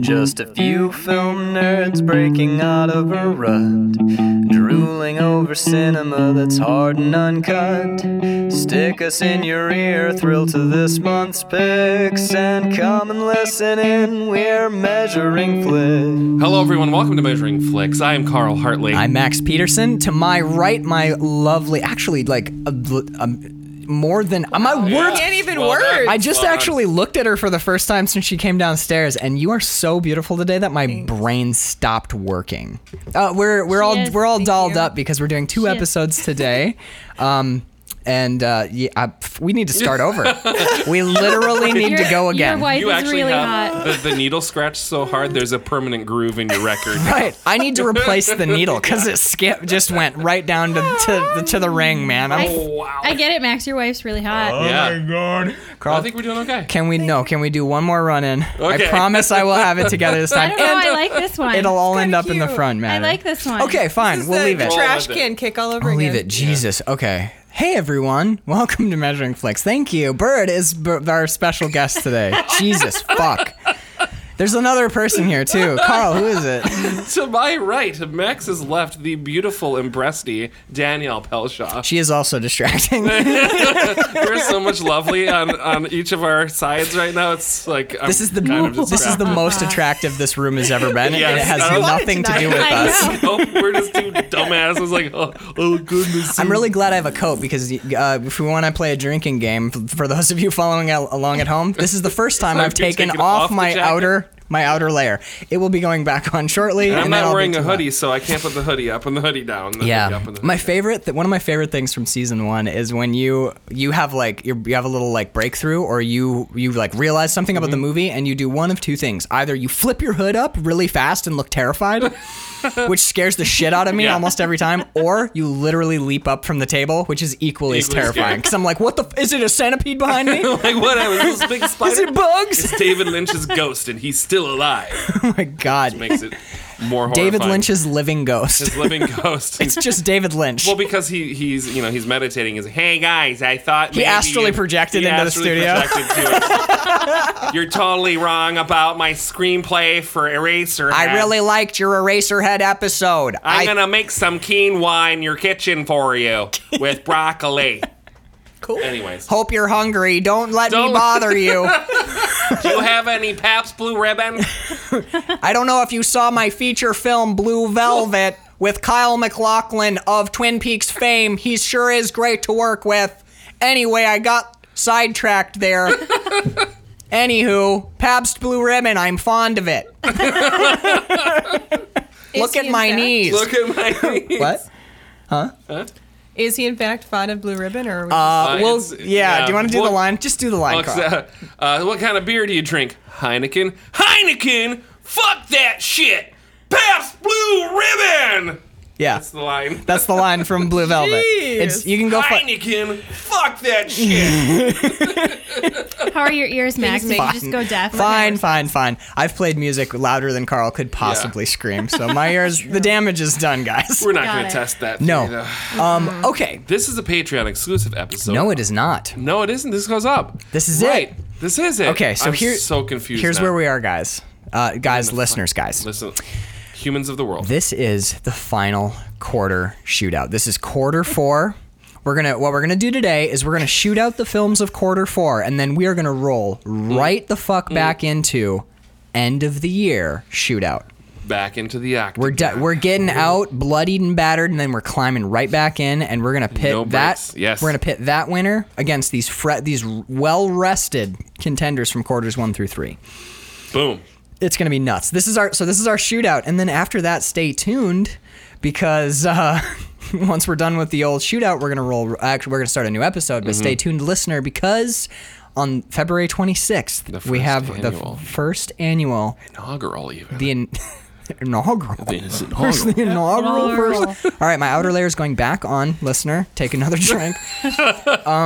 Just a few film nerds breaking out of a rut, drooling over cinema that's hard and uncut. Stick us in your ear, thrill to this month's picks, and come and listen in. We're measuring flicks. Hello, everyone. Welcome to Measuring Flicks. I am Carl Hartley. I'm Max Peterson. To my right, my lovely, actually, like, a, a, more than uh, my words. Can't even Well words. done. I just Well done. actually looked at her for the first time since she came downstairs, and you are so beautiful today that my brain stopped working. Uh, we're we're all is, we're all thank dolled you. up because we're doing two episodes today. Um, and uh, yeah, I, f- we need to start over. we literally need to Your- go again. Your wife you is actually really have hot. the, the needle scratched so hard there's a permanent groove in your record. Right. I need to replace the needle because it skip just went right down to to, to the ring, man. I'm, Oh, Wow. I get it, Max. Your wife's really hot. yeah. God. I Carl, think we're doing okay. can we no? Can we do one more run in? Okay. I promise I will have it together this I time, don't know. I and uh, like this one. it'll all end up in the cute. front, I man. like this one. Okay, fine. This We'll is leave the it. Roll Trash with it. can kick all over We'll again. leave it. Jesus. Okay. Hey everyone, welcome to Measuring Flicks. Thank you. Bird is b- our special guest today. Jesus fuck. There's another person here too. Carl, who is it? to my right, Max has left the beautiful and breasty Danielle Pelshaw. She is also distracting. There's so much lovely on, on each of our sides right now. It's like I'm This is the kind of this is the distracted. most attractive this room has ever been, and it Yes. has I love it nothing to do tonight. with I us. know. Oh, we're just two dumbasses. Like, oh, oh goodness. I'm really glad I have a coat because uh, if we want to play a drinking game, f- for those of you following al- along at home, this is the first time I've you're taken taking off off the my jacket? outer my outer layer. It will be going back on shortly. I'm and then I'll not be wearing a too hot. hoodie, so I can't put the hoodie up and the hoodie down. the hoodie Yeah, up and the my hoodie favorite. Th- one of my favorite things from season one is when you you have like you're, you have a little like breakthrough, or you you like realize something about the Mm-hmm. movie, and you do one of two things: either you flip your hood up really fast and look terrified, which scares the shit out of me Yeah. almost every time, or you literally leap up from the table, which is equally, as Equally scary. terrifying. Because I'm like, what the? F- is it a centipede behind me? down. like what? I was this big spider. is it bugs? It's David Lynch's ghost, and he's still alive. oh my god! Makes it more horrifying. David Lynch's living ghost. his living ghost. it's just David Lynch. well, because he he's you know he's meditating. He's hey guys, I thought he astrally projected into the studio. You're totally wrong about my screenplay for Eraser. I really liked your Eraserhead episode. I'm I- gonna make some quinoa in your kitchen for you with broccoli. Cool. Anyways, Hope you're hungry. Don't let Don't- me bother you. do you have any Pabst Blue Ribbon? I don't know if you saw my feature film Blue Velvet with Kyle McLaughlin of Twin Peaks fame. He sure is great to work with. Anyway, I got sidetracked there. Anywho, Pabst Blue Ribbon, I'm fond of it. Look he at in my fact? knees. Look at my what? Is he in fact fond of Blue Ribbon or? Are we Uh, well, it's- yeah, yeah, Do you want to do well- the line? Just do the line, Alex, Carl. uh, uh, what kind of beer do you drink? Heineken. Heineken. Fuck that shit. Pabst Blue Ribbon. Yeah, That's the line. that's the line from Blue Velvet. It's you can go. fi- Heineken. Fuck that shit. How are your ears, Max? Did you Uh, Fine. just go deaf? Fine, fine, fine. I've played music louder than Carl could possibly scream, so my ears, the damage is done, guys. We're not Got going to it. test that. No. theory, though. Um, okay. This is a Patreon exclusive episode. No, it is not. No, it isn't. This goes up. This is right. it. This is it. Okay, so I'm here- so confused. Here's now. where we are, guys. Uh, guys, listeners, guys. Listen, humans of the world. This is the final quarter shootout. This is quarter four. We're gonna what we're gonna do today is we're gonna shoot out the films of quarter four, and then we are gonna roll Mm. right the fuck back into end of the year shootout. Back into the act. We're de- we're getting out, bloodied and battered, and then we're climbing right back in, and we're gonna pit No that. breaks. Yes. we're gonna pit that winner against these fre- these well rested contenders from quarters one through three. Boom. It's gonna be nuts. This is our so this is our shootout, and then after that, stay tuned because uh, once we're done with the old shootout, we're gonna roll. Actually, we're gonna start a new episode, but Mm-hmm. stay tuned, listener, because on February twenty sixth we first have annual. the f- first annual Inaugural even. the in- inaugural. It's First inaugural. the inaugural Inaugural. first. All right, my outer layer is going back on. Listener, take another drink. um,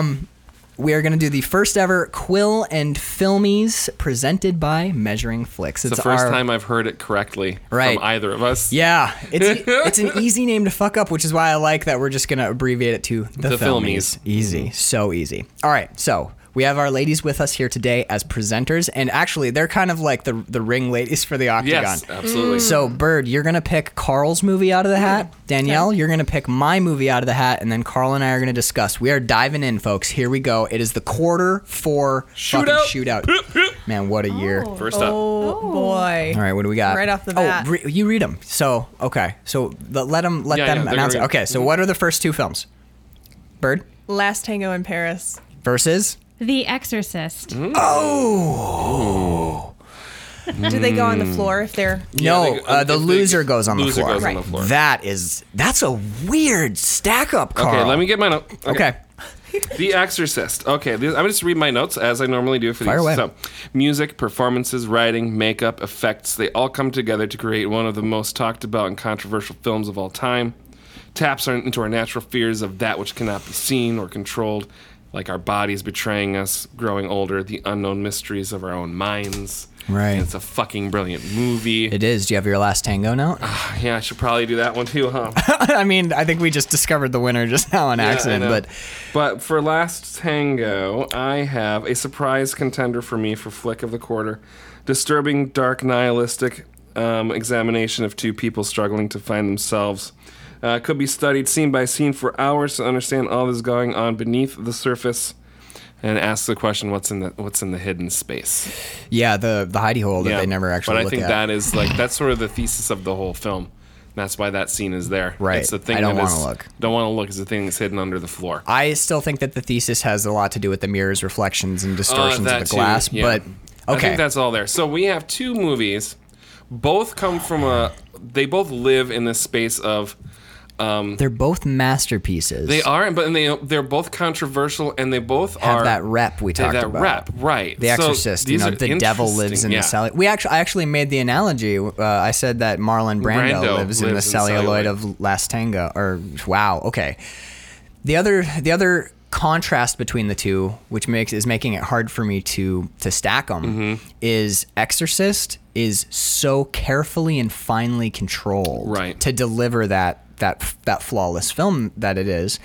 we are going to do the first ever Quill and Filmies presented by Measuring Flicks. It's the first our- time I've heard it correctly Right. from either of us. Yeah, it's it's an easy name to fuck up, which is why I like that we're just going to abbreviate it to the, The Filmies. Filmies. Easy, so easy. All right, so We have our ladies with us here today as presenters, and actually, they're kind of like the the ring ladies for the Octagon. absolutely. Mm. So, Bird, you're gonna pick Carl's movie out of the hat. Mm. Danielle, you're gonna pick my movie out of the hat, and then Carl and I are gonna discuss. We are diving in, folks. Here we go. It is the quarter four fucking Shootout. shootout. Man, what a year! First up. Oh, boy. All right, what do we got? Right off the bat. Oh, re- you read them. So, okay. So the, let them let Yeah, yeah, them they're announce it. gonna read. Okay. So what are the first two films? Bird Last Tango in Paris. versus. The Exorcist. Hmm? Do they go on the floor if they're no, they go- uh, the if they- loser goes on the loser floor. goes on the Right. floor. That is that's a weird stack up, Carl. Okay, let me get my note. Okay. The Exorcist. Okay, this, I'm gonna just read my notes as I normally do for Fire these. away. So, music, performances, writing, makeup, effects—they all come together to create one of the most talked about and controversial films of all time. Taps our- into our natural fears of that which cannot be seen or controlled, like our bodies betraying us, growing older, the unknown mysteries of our own minds. Right. And it's a fucking brilliant movie. It is. Do you have your last tango now? yeah, I should probably do that one too, huh? I mean, I think we just discovered the winner just now on Yeah, I accident, know. but But for last tango, I have a surprise contender for me for flick of the quarter: disturbing, dark, nihilistic um, examination of two people struggling to find themselves. Uh, could be studied scene by scene for hours to understand all that's going on beneath the surface, and ask the question: What's in the what's in the hidden space? yeah, the the hidey hole that Yeah, they never actually But I look think at. that is like that's sort of the thesis of the whole film. That's why that scene is there. Right. It's the thing I don't that is- wanna look. Don't want to look. Is the thing that's hidden under the floor. I still think that the thesis has a lot to do with the mirrors, reflections, and distortions Uh, that of the too, glass, yeah. but I okay. think that's all there. So we have two movies. Both come from a. They both live in this space of. Um, They're both masterpieces. they are, but and they they're both controversial, and they both have are that rep we they have talked that about. rep, right? The Exorcist, you know, the devil lives in the cell. cell. We actually, I actually made the analogy. Uh, I said that Marlon Brando, Brando lives, in the lives in celluloid, celluloid. of Last Tango. Or wow, okay. The other, the other contrast between the two, which makes is making it hard for me to to stack them, Mm-hmm. is Exorcist is so carefully and finely controlled Right. to deliver that that that flawless film that it is.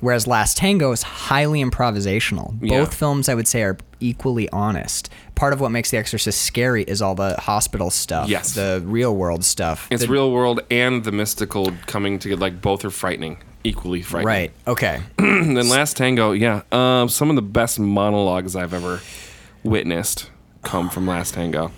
Whereas Last Tango is highly improvisational. Yeah. Both films, I would say, are equally honest. Part of what makes The Exorcist scary is all the hospital stuff, Yes. the real world stuff. It's the- real world and the mystical coming together. Like both are frightening, equally frightening. Right. Okay. And then Last Tango, yeah, um, some of the best monologues I've ever witnessed come from Last Tango,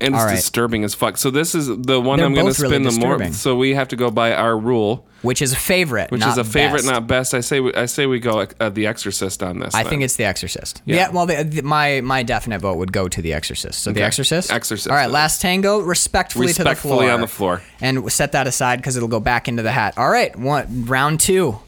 and it's All right. disturbing as fuck. So this is the one They're I'm going to both really spin the more. disturbing. So we have to go by our rule, Which is a favorite. which not is a favorite, best. not best. I say we, I say we go uh, The Exorcist on this. I think it's The Exorcist. Yeah. Yeah. well, the, the- my my definite vote would go to The Exorcist. So Okay. The Exorcist. Exorcist. All right. Last Tango. Respectfully, Respectfully to the floor. on the floor. And set that aside because it'll go back into the hat. All right. One round two.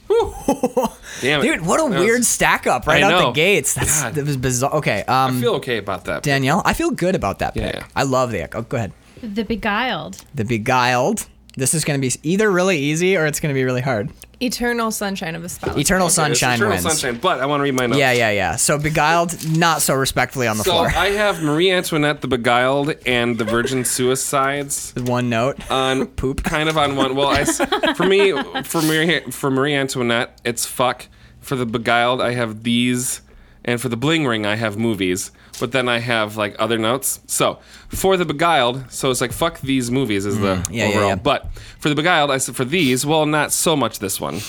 Damn it. Dude, what a That was- weird stack up right I out know. the gates. That's God. that was bizarre. Okay. Um, I feel okay about that. Danielle, I feel good about that Yeah, pick. yeah. I love the. Oh, go ahead. The Beguiled. The Beguiled. This is going to be either really easy or it's going to be really hard. Eternal Sunshine of the Spotless? Eternal Okay, it's Sunshine Eternal wins. Sunshine, but I want to read my notes. Yeah, yeah, yeah. So Beguiled, not so respectfully on the So uh, floor. I have Marie Antoinette, The Beguiled, and The Virgin Suicides. One note. on Poop. kind of on one. Well, I s for me, for Marie, for Marie Antoinette, it's fuck. For the Beguiled, I have these, and for the Bling Ring, I have movies. But then I have like other notes. So for the Beguiled, so it's like fuck these movies is the Mm, yeah, yeah, overall. yeah. But for the Beguiled, I said for these, well, not so much this one.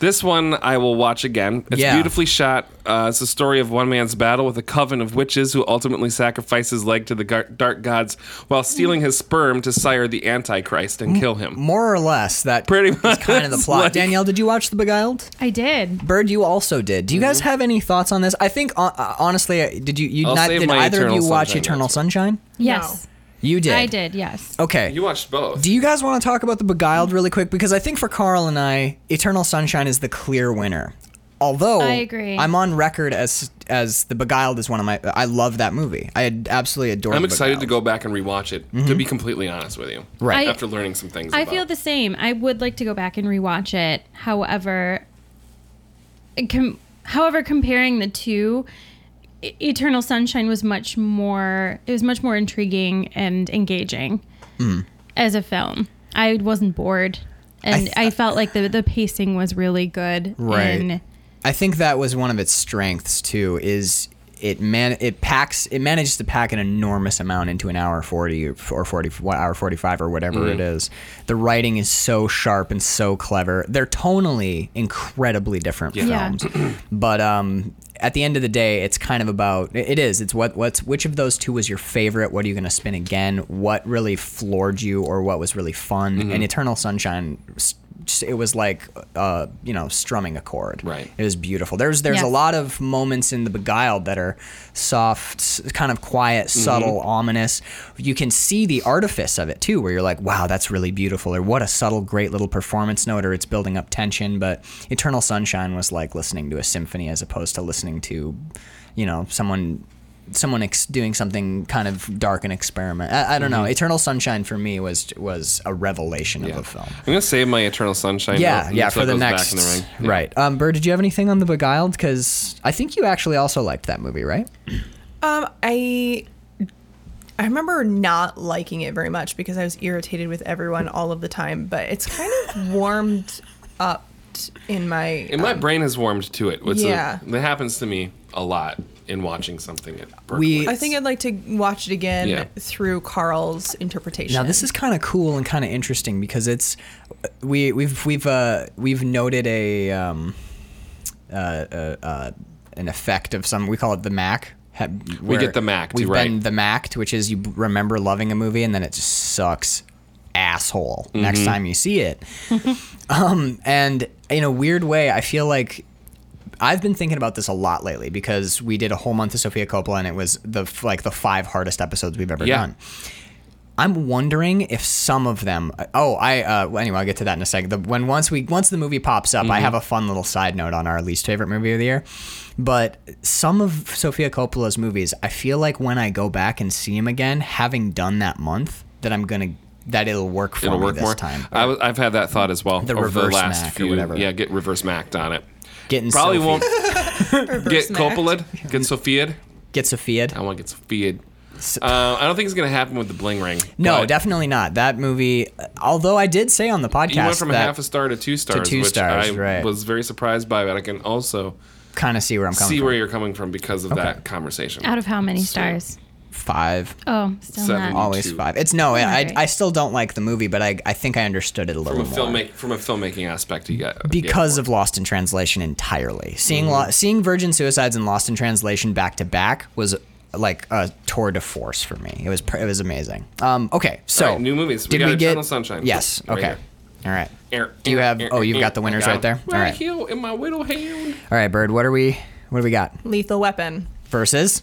This one I will watch again. It's Yeah. beautifully shot. Uh, it's a story of one man's battle with a coven of witches who ultimately sacrifice his leg to the gar- dark gods while stealing his sperm to sire the Antichrist and kill him. More or less, that Pretty is much, kind of the plot. like- Danielle, did you watch The Beguiled? I did. Bird, you also did. Do you guys have any thoughts on this? I think hon- uh, honestly, uh, did you? you Mm-hmm. I'll not, save did my either of Eternal you watch Sunshine Eternal notes. Sunshine? Yes. You did. I did, yes. Okay. You watched both. Do you guys want to talk about The Beguiled really quick? Because I think for Carl and I, Eternal Sunshine is the clear winner. Although I agree. I'm on record as as The Beguiled is one of my. I love that movie. I ad- absolutely adore. I'm The excited to Beguiled. go back and rewatch it. To be completely honest with you, Right. I- after learning some things. I about feel the same. I would like to go back and rewatch it. However, it com- however, comparing the two, E- Eternal Sunshine was much more. It was much more intriguing and engaging as a film. I wasn't bored, and I, th- felt like the the pacing was really good. Right. And I think that was one of its strengths too. Is it man it packs it manages to pack an enormous amount into an hour forty or forty one hour forty five or whatever it Mm-hmm. is. The writing is so sharp and so clever. They're tonally incredibly different Yeah. films, but um. At the end of the day, it's kind of about it it is. It's what what's which of those two was your favorite? What are you going to spin again? What really floored you, or what was really fun? Mm-hmm. And Eternal Sunshine s- just- it was like uh, you know strumming a chord. Right. It was beautiful. There's there's a Yes. lot of moments in the Beguiled that are soft, s- kind of quiet, subtle, ominous. You can see the artifice of it too, where you're like, wow, that's really beautiful, or what a subtle, great little performance note, or it's building up tension. But Eternal Sunshine was like listening to a symphony as opposed to listening to, you know, someone. Someone ex- doing something kind of dark and experiment. I, I don't know. Eternal Sunshine for me was was a revelation of a film. I'm gonna save my Eternal Sunshine. Yeah, note yeah, until for it the goes back next. in the ring. Yeah. Right. Um, Bird, did you have anything on The Beguiled? Because I think you actually also liked that movie, right? Um, I I remember not liking it very much because I was irritated with everyone all of the time. But it's kind of warmed up in my. And Um, my brain has warmed to it. It's a- Yeah. that happens to me a lot in watching something at Berkeley. We- I think I'd like to watch it again Yeah. through Carl's interpretation. Now this is kind of cool and kind of interesting because it's we we've we've uh, we've noted a um, uh, uh, uh, an effect of some we call it the Mac. ha- where get the Mac, We've right. been the Mac, which is you b- remember loving a movie and then it just sucks asshole Mm-hmm. next time you see it. um, and in a weird way, I feel like I've been thinking about this a lot lately because we did a whole month of Sophia Coppola and it was the f- like the five hardest episodes we've ever Yeah. done. I'm wondering if some of them. Oh, I. Uh, well, anyway, I'll get to that in a second. The, when once we once the movie pops up, I Mm-hmm. have a fun little side note on our least favorite movie of the year. But some of Sofia Coppola's movies, I feel like when I go back and see them again, having done that month, that I'm gonna that it'll work for it'll me work this more. time. I w- I've had that thought as well. The over the reverse last Mac or few, whatever. Yeah, get reverse macked on it. Getting Probably Sophie- won't get Macked. Coppola. Get Sophia'd. get Sophia. I want to get Sophia'd. Uh, I don't think it's gonna happen with the bling ring. No, but definitely not that movie. Although I did say on the podcast You went from a that half a star to two stars, two which I stars, right. was very surprised by, but I can also kind of see where I'm coming see from. where you're coming from because of that conversation. Out of how many stars? Five. Oh, still Seven. not. Always Two. five. It's no, I, I, Alright. I still don't like the movie, but I, I think I understood it a from little a more. filmmaking from a filmmaking aspect, you got because of Lost in Translation entirely. Seeing Mm-hmm. lo- seeing Virgin Suicides and Lost in Translation back to back was like a tour de force for me. It was pr- it was amazing. Um, okay, so Alright, new movies. We did got we get Eternal Sunshine. Yes. Right Okay. here. All right. Air- Do you air- have? air- Oh, you've air- got the winners I right got 'em. there. All right. heel in my widow hand. All right, Bird. What are we? What do we got? Lethal Weapon. Versus.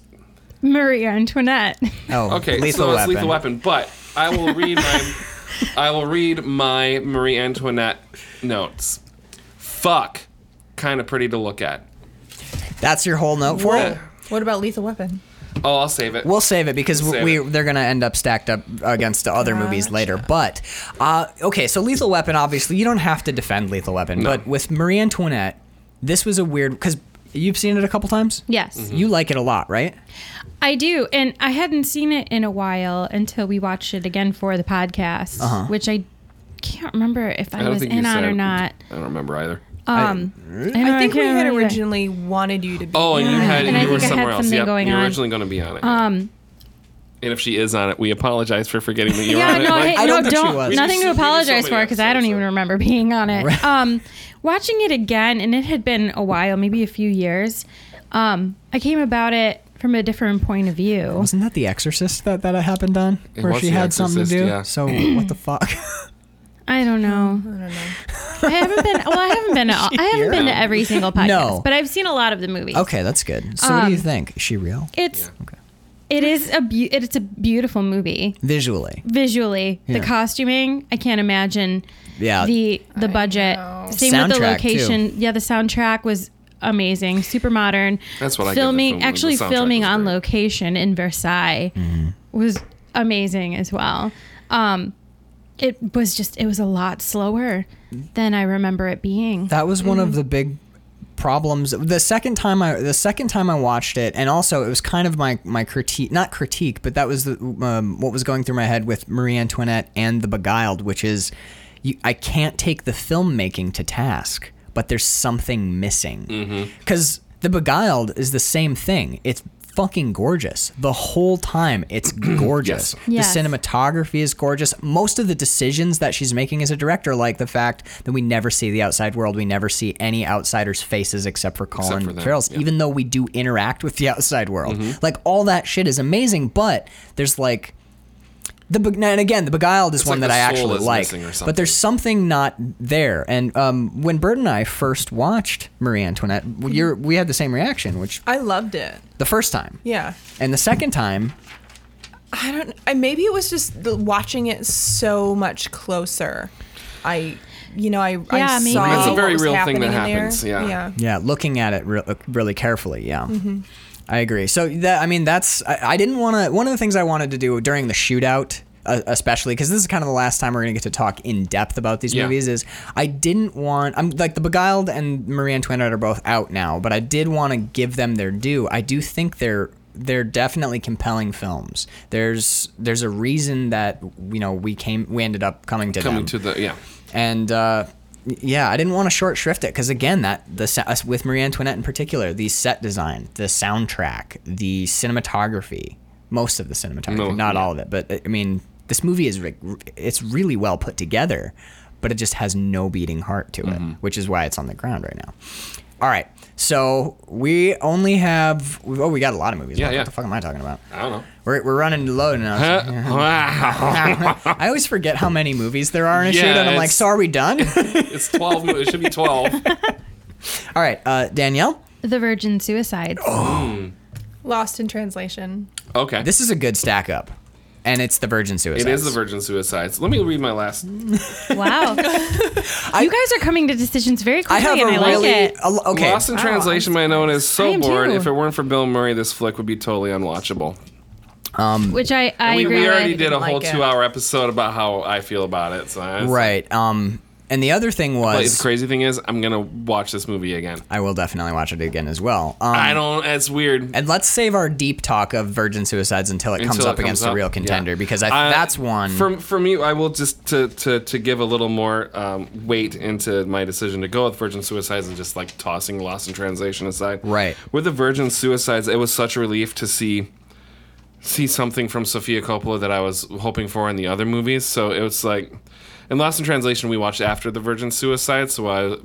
Marie Antoinette. Oh, Okay, so Lethal Weapon. it's lethal weapon, but I will read my I will read my Marie Antoinette notes. Fuck, kind of pretty to look at. Uh, That's your whole note for it. What about Lethal Weapon? Oh, I'll save it. Oh. We'll save it because We'll save we it. they're gonna end up stacked up against the other movies later. But uh, okay, so Lethal Weapon. Obviously, you don't have to defend Lethal Weapon, but with Marie Antoinette, this was a weird because you've seen it a couple times. Mm-hmm. yes. You like it a lot, right? I do, and I hadn't seen it in a while until we watched it again for the podcast, which I can't remember if I, I don't was think you in on said- or not. I don't remember either. Um, know, I think we can't had remember. originally wanted you to be. Oh, and you had And I you were think I had somewhere else. something Yep, going you're on. originally going to be on it. Um, and if she is on it, we apologize for forgetting that you're yeah, on it. no, Like, hey, I don't no, think she was. We don't nothing to just- we just apologize so for many because I don't even episodes, so- remember being on it. Um, watching it again, and it had been a while, maybe a few years. Um, I came about it from a different point of view. Wasn't that The Exorcist that that happened on It where was she The had something to Exorcist, do? yeah. So what the fuck? I don't know. I don't know. I haven't been. Well, I haven't been. To all, I haven't been to every single podcast, No. but I've seen a lot of the movies. okay, that's good. So what do you think? Is she real It's it is a beau it, it's a beautiful movie visually? visually. Yeah. The costuming, I can't imagine. Yeah. The the budget, same with the Soundtrack, location. Yeah, the soundtrack was amazing, super modern. That's what I give the filming. film- the actually, soundtrack filming was on great. location in Versailles Mm-hmm. was amazing as well. Um, it was just it was a lot slower than I remember it being. That was one of the big problems. The second time I the second time I watched it, and also it was kind of my my critique, not critique, but that was the, um, what was going through my head with Marie Antoinette and The Beguiled, which is you, I can't take the filmmaking to task. but there's something missing. Because The Beguiled is the same thing. It's fucking gorgeous. The whole time, it's gorgeous. Yes. The cinematography is gorgeous. Most of the decisions that she's making as a director, like the fact that we never see the outside world, we never see any outsiders' faces except for Colin for them, Farrell's, yeah. Mm-hmm. even though we do interact with the outside world. Like, all that shit is amazing, but there's like. The Beg- and again, the Beguiled is It's one like that the I soul actually is like, missing or but there's something not there. And um, when Bert and I first watched Marie Antoinette, we- you're, we had the same reaction, which I loved it. the first time, Yeah. and the second time, I don't. I maybe it was just the, watching it so much closer. I, you know, I, Yeah, I maybe. saw That's a very what was real thing happening that in there. happens, yeah. yeah. yeah, looking at it re- really carefully, yeah. I agree. So that I mean, that's I, I didn't want to. One of the things I wanted to do during the shootout, uh, especially because this is kind of the last time we're gonna get to talk in depth about these Yeah. movies, is I didn't want. I'm like the Beguiled and Marie Antoinette are both out now, but I did want to give them their due. I do think they're they're definitely compelling films. There's there's a reason that you know we came we ended up coming to Coming them to the yeah. and uh, yeah, I didn't want to short shrift it because again, that the sa- us- with Marie Antoinette in particular, the set design, the soundtrack, the cinematography, most of the cinematography, No, not yeah. all of it, but uh, I mean, this movie is re- re- it's really well put together, but it just has no beating heart to Mm-hmm. it, which is why it's on the ground right now. All right, so we only have oh, we got a lot of movies. Yeah, left. yeah. What the fuck am I talking about? I don't know. Uh, We're, we're running low now. I always forget how many movies there are in a Yeah, shoot, and I'm like, it's- so are we done? it's twelve. mo- It should be twelve. All right, uh, Danielle, The Virgin Suicides. Oh. Lost in translation. Okay. this is a good stack up, and it's the Virgin Suicides. it is the Virgin Suicides. Let me read my last. Wow. you guys are coming to decisions very I quickly, have a and I really like it. a l- okay. Lost in Translation, my known as Oh, I so am bored. too. If it weren't for Bill Murray, this flick would be totally unwatchable. Which I, I we, agree we already with. did a Didn't whole like it. two-hour episode about how I feel about it. So it's- right. Um, and the other thing But the was, crazy thing is, I'm gonna watch this movie again. I will definitely watch it again as well. Um, I don't. It's weird. and let's save our deep talk of Virgin Suicides until it comes until up it against a real up. contender Yeah. because I, Uh, that's one. For, for me, I will just to, to, to give a little more um, weight into my decision to go with Virgin Suicides and just like tossing Lost in Translation aside. Right. With the Virgin Suicides, it was such a relief to see see something from Sofia Coppola that I was hoping for in the other movies. So it was like, in Lost in Translation, we watched after the Virgin Suicides, so I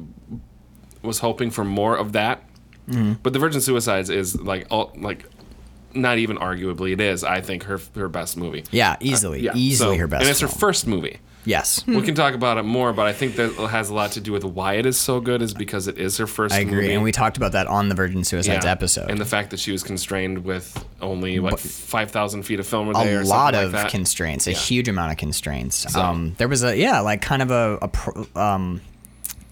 was hoping for more of that. Mm-hmm. But the Virgin Suicides is like all like not even arguably it is I think her her best movie. yeah, easily, uh, Yeah, easily so- her best. And it's her film. first movie. Yes, Hmm. We can talk about it more, but I think that has a lot to do with why it is so good is because it is her first. I agree. movie. And we talked about that on the Virgin Yeah. Suicides episode. and the fact that she was constrained with only like five thousand feet of film a day, a or lot something of like that. constraints, a huge amount of constraints. Um, there was a yeah, like kind of a, a pro, um,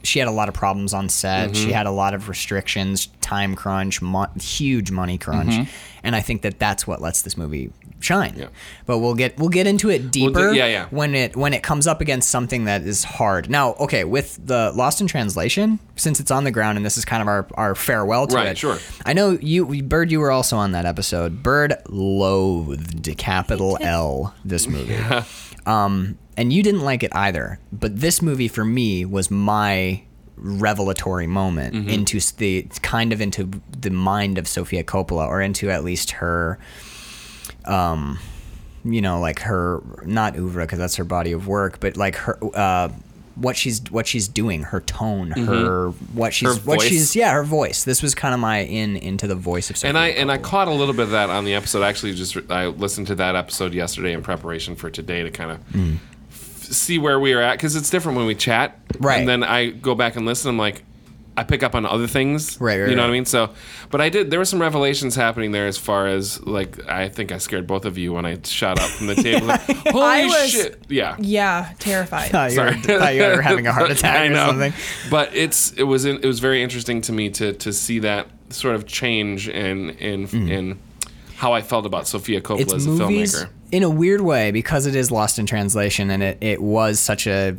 she had a lot of problems on set. Mm-hmm. She had a lot of restrictions, time crunch, mo- huge money crunch, and I think that that's what lets this movie shine. Mm-hmm. Yeah. But we'll get we'll get into it deeper. yeah, yeah. When it when it comes up against something that is hard. Now, okay, with the Lost in Translation, since it's on the ground and this is kind of our our farewell to Right, it. sure. I know you, Bird. You were also on that episode. Bird loathed capital L this movie, um, and you didn't like it either. But this movie for me was my revelatory moment Mm-hmm. into s- the kind of into the mind of Sofia Coppola, or into at least her um, you know, like her not oeuvre because that's her body of work, but like her uh, what she's what she's doing, her tone, her what she's Mm-hmm. Her what voice. she's yeah, her voice. This was kind of my in into the voice of Sophia. And I and I caught a little bit of that on the episode. I actually just I listened to that episode yesterday in preparation for today to kind of Mm. see where we are at because it's different when we chat. Right. And then I go back and listen. I'm like, I pick up on other things. Right, right, You know right. what I mean? So, but I did. There were some revelations happening there as far as like I think I scared both of you when I shot up from the table. Like, Holy I was- shit! Yeah. Yeah, terrified. thought you, were, thought you were having a heart attack I or know. something. But it's it was in, it was very interesting to me to to see that sort of change in in in how I felt about Sofia Coppola Mm-hmm. as It's a movies filmmaker. in a weird way because it is lost in translation and it, it was such a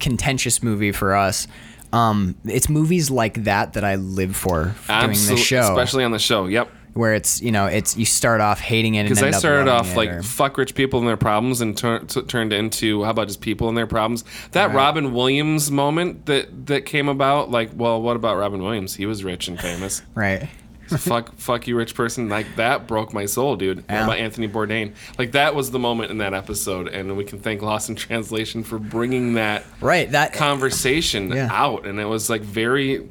contentious movie for us. Um, it's movies like that that I live for doing Absol- this show. especially on the show. Yep. where it's you know it's you start off hating it and Because end I up started loving off it, like or- fuck rich people and their problems, and tur- t- turned into how about just people and their problems. That Robin Williams moment that that came about, like, well, what about Robin Williams? He was rich and famous. right. fuck, fuck you, rich person. Like that broke my soul, dude. What Yeah. about Anthony Bourdain? Like that was the moment in that episode, and we can thank Lost in Translation for bringing that Right. That conversation Yeah. out, and it was like very.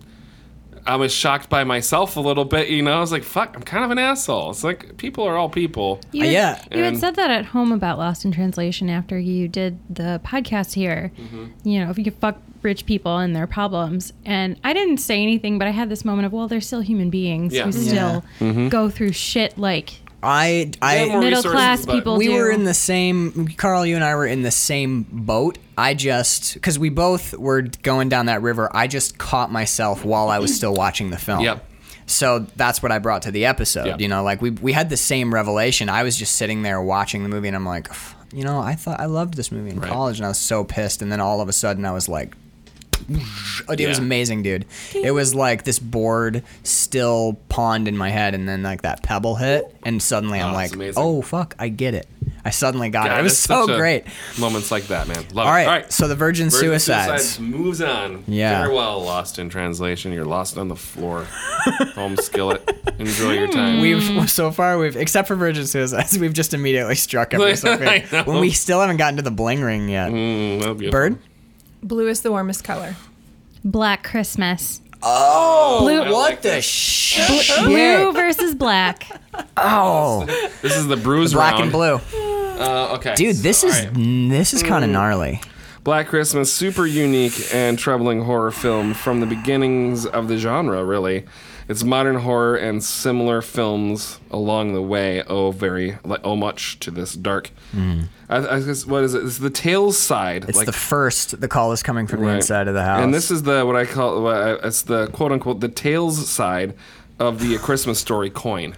I was shocked by myself a little bit, you know. I was like, "Fuck, I'm kind of an asshole." It's like people are all people. You Uh, had, yeah. You had And- said that at home about Lost in Translation after you did the podcast here. Mm-hmm. You know, if you could fuck rich people and their problems. And I didn't say anything, but I had this moment of, well, they're still human beings Yeah. who Yeah. still go through shit like I I They have more middle resources, class but- people we do. were in the same carl you and i were in the same boat i just because we both were going down that river i just caught myself while i was still watching the film Yep. so that's what i brought to the episode Yep. you know like we, we had the same revelation i was just sitting there watching the movie and i'm like "F- you know i thought i loved this movie in Right. college and i was so pissed and then all of a sudden i was like Oh, dude, it was Yeah. amazing, dude. It was like this board still pond in my head, and then like that pebble hit, and suddenly I'm Oh, like, it's amazing. oh fuck, I get it. I suddenly got God, it. It was that's so such a- great. Moments like that, man. Love All it. right, so the Virgin, Virgin Suicides. Suicides moves on. Yeah. Farewell, Lost in Translation. You're lost on the floor. Home skillet. Enjoy your time. We've so far we've except for Virgin Suicides, we've just immediately struck every I know. subject when we still haven't gotten to the bling ring yet. Mm, that'll be a- Bird, Blue is the warmest color. Black Christmas. oh, Blue- I like this. shit? Blue versus black. Oh, This is the bruise black round. and blue, Uh, okay. dude. This All is right. Mm. this is kind of gnarly. Black Christmas, super unique and troubling horror film from the beginnings of the genre, really. It's modern horror and similar films along the way owe very like, owe much to this dark. I, I guess, what is it? It's the tail side. Hmm. It's the first. The call is coming from the Right. inside of the house. And this is the what I call what I- it's the quote unquote the tails side of the Christmas story coin.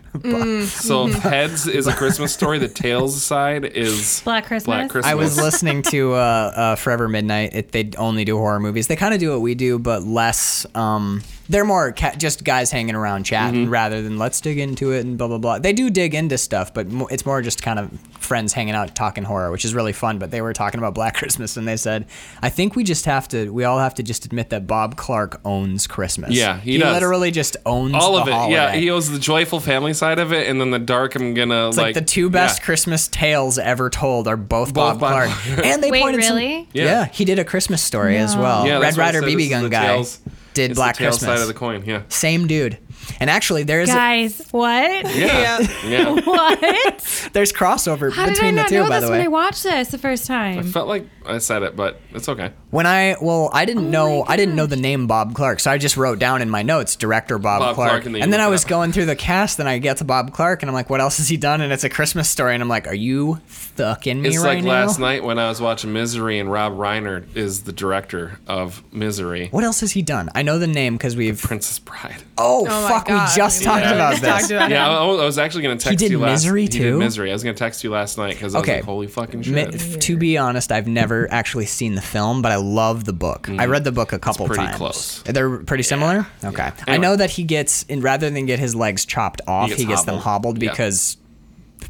So if heads is a Christmas story, the tails side is Black Christmas? Black Christmas. I was listening to uh, uh, Forever Midnight. It, they only do horror movies. They kind of do what we do, but less. Um, they're more ca- just guys hanging Mm-hmm. around chatting rather than let's dig into it and blah blah blah. They do dig into stuff, but mo- it's more just kind of friends hanging out talking horror, which is really fun. But they were talking about Black Christmas, and they said, "I think we just have to. We all have to just admit that Bob Clark owns Christmas. Yeah, he does. literally just owns all the of it. Yeah, holiday. he owes the joyful family side of it, and then the dark. I'm gonna It's like, the two best Christmas tales ever told are both, Both Bob, Bob Clark. and they Wait, pointed some- really? Yeah. yeah. he did a Christmas story as well. Yeah, that's Red why I Rider said this BB is gun the guy tails- did it's Black the tail Christmas. side of the coin. Yeah, Same dude. And actually, there is Guys, what? yeah, yeah. What? there's crossover How did I between the not two. know By this the when way, I watched this the first I time? felt like I said it, but it's okay. when I well, I Oh didn't know I didn't know the name Bob Clark, so I just wrote down in my notes director Bob, Bob Clark, Clark. and and then then, you look I it was up. going through the cast, and I get to Bob Clark, and I'm like, what else has he done? And it's a Christmas story, and I'm like, are you fucking me It's right like now? last night when I was watching Misery, and Rob Reiner is the director of Misery, What else has he done? I know the name because we've. Princess Bride. Oh, my fuck! We God. just Yeah. talked We about just this. talked about Yeah, it. I, I was actually gonna text did you last. Misery, he did too? misery. I was gonna text you last night because I was Okay. like, "Holy fucking Mi- shit!" f- to be honest, I've never actually seen the film, but I love the book. I read the book a couple Mm. pretty times. close. They're pretty similar. Okay, I Anyway. know that he gets, and rather than get his legs chopped off, he gets gets, them hobbled. hobbled Yeah. because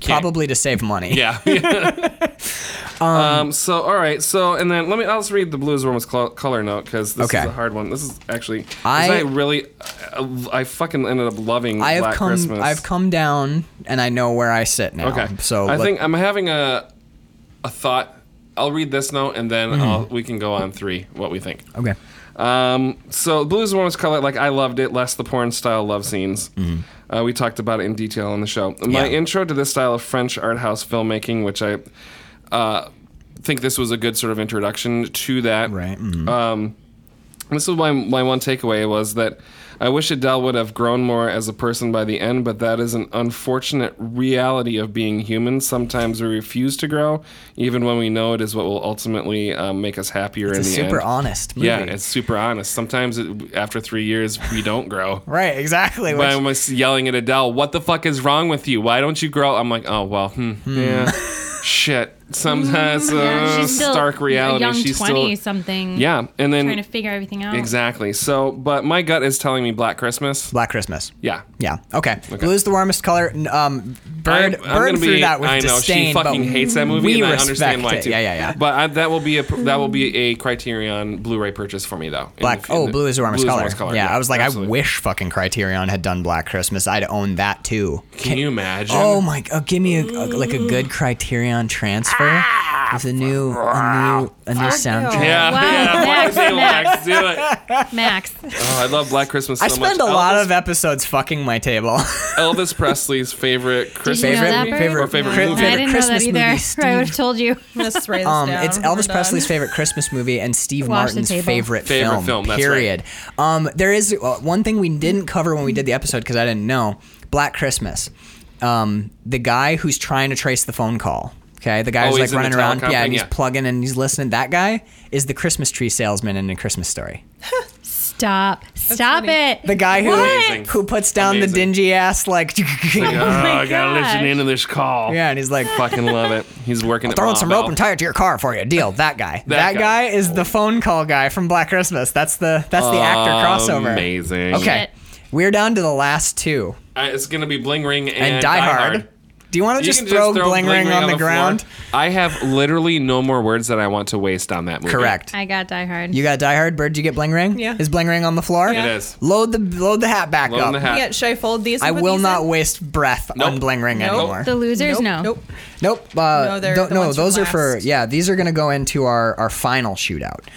probably to save money. yeah. um, So all right. So and then let me. I'll just read the blues warmest cl- color note because this is Okay. a hard one. This is actually. I, I- I really. I, I fucking ended up loving. I have Black come. Christmas. I've come down, and I know where I sit now. Okay. So I let- think I'm having a a thought. I'll read this note and then Mm-hmm. I'll, we can go on three. What we think. Okay. Um, so Blue is the Warmest Color, like I loved it, less the porn style love scenes. Uh, we talked about it in detail on the show. My Mm-hmm. Yeah. intro to this style of French art house filmmaking, which I uh, think this was a good sort of introduction to that. Right. mhm. This is my my one takeaway was that I wish Adele would have grown more as a person by the end, but that is an unfortunate reality of being human. Sometimes we refuse to grow, even when we know it is what will ultimately um, make us happier it's in a the super end. honest movie. Yeah, it's super honest. Sometimes it, after three years, we don't grow. right. Exactly. But Which, I'm almost yelling at Adele, "What the fuck is wrong with you? Why don't you grow?" I'm like, "Oh well, hmm, yeah." shit. Sometimes uh, she's still stark reality. A young she's twenty still something. yeah, and then Mm. trying to figure everything out. exactly. So, but my gut is telling me Black Christmas. Black Christmas. Yeah. Yeah. Okay. Blue is the warmest color. N- Um, Bird, I'm- I'm Bird gonna threw be- that with I know disdain. she fucking but hates that movie, we and I respect understand why it. too. Yeah, yeah, yeah. But I, that will be a that will be a Criterion Blu-ray purchase for me though. in Black. the- in Oh, the- blue is the warmest, color. Yeah, I was like, absolutely. I wish fucking Criterion had done Black Christmas. I'd own that too. Can you imagine? Oh my god! Give me a, a- like a good Criterion transfer with a new a Ah, new a new soundtrack. Yeah, Wow, yeah. Why Max, is it Max? Do it. Oh, Max. I love Black Christmas. So I spend much. a lot Elvis, of episodes fucking my table. Elvis Presley's favorite Christmas Did you know Favorite- that, Bert? favorite- or favorite favorite- No, movie. I didn't Christmas know movie, that either. Steve. I would have told you. Let's write this Um, down. it's We're Elvis done. Presley's favorite Christmas movie and Steve Wash the Martin's table. favorite, Favorite film. film, that's right. period. Um, there is uh, one thing we didn't cover when we did the episode because I didn't know. Black Christmas. Um, the guy who's trying to trace the phone call. Okay, the guy Oh, who's he's like in the running around, telecom yeah, thing, and he's yeah. plugging and he's listening. That guy is the Christmas tree salesman in A Christmas Story. Stop. Stop funny. it. The guy who Amazing. who puts down Amazing. the dingy ass like, Like, yeah, oh, I gotta gosh. listen into this call. and he's like Fucking love it. He's working. at throwing Mom some rope Bell. and tie it to your car for you. Deal. That guy. That That, guy. guy. is the phone call guy from Black Christmas. That's the that's the actor crossover. Amazing. Okay, we're down to the last two I- it's gonna be Bling Ring and, and, Die, Hard. Do you want to You just can throw, Bling Ring on, the, floor. ground? I have literally no more words that I want to waste on that movie. Correct. I got Die Hard. You got Die Hard. Bird, you get Bling Ring. Yeah. Is Bling Ring on the floor? Yeah. It is. Load the load the hat back Low up. in the hat. Yeah, should I fold these? and I put will these not in? waste breath Nope. on Bling Ring Nope. anymore. the losers? Nope, no. Nope. Nope. Uh, No, they're don't- the no ones from those are for last. yeah. These are gonna go into our our final shootout.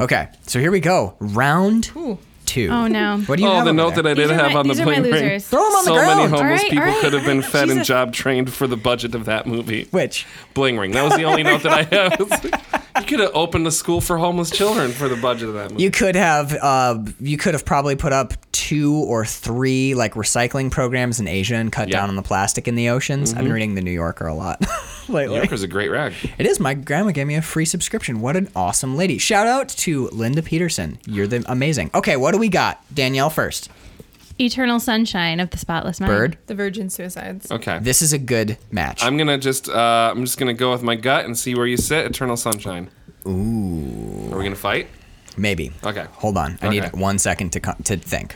Okay, so here we go. Round Ooh. two. Oh, no. What do you Oh, have the over note there? that I did These are have my- on the these are my Bling Ring. losers. Throw 'em on the so many ground. homeless All right, people all right, could have been all right. fed and Jesus. job trained for the budget of that movie. Which? Bling Ring. That was the only note that I have. you could have opened a school for homeless children for the budget of that movie. You could have uh, you could have probably put up two or three like recycling programs in Asia and cut Yeah. Mm-hmm. down on the plastic in the oceans. I've been reading the New Yorker a lot lately. Yours is a great rag. It is. My grandma gave me a free subscription. What an awesome lady! Shout out to Linda Peterson. You're the amazing. Okay, what do we got? Danielle first. Eternal Sunshine of the Spotless Mind. Bird. The Virgin Suicides. Okay. This is a good match. I'm gonna just uh, I'm just gonna go with my gut and see where you sit. Eternal Sunshine. Ooh. Are we gonna fight? Maybe. Okay. Hold on. I need Okay. one second to co- to think.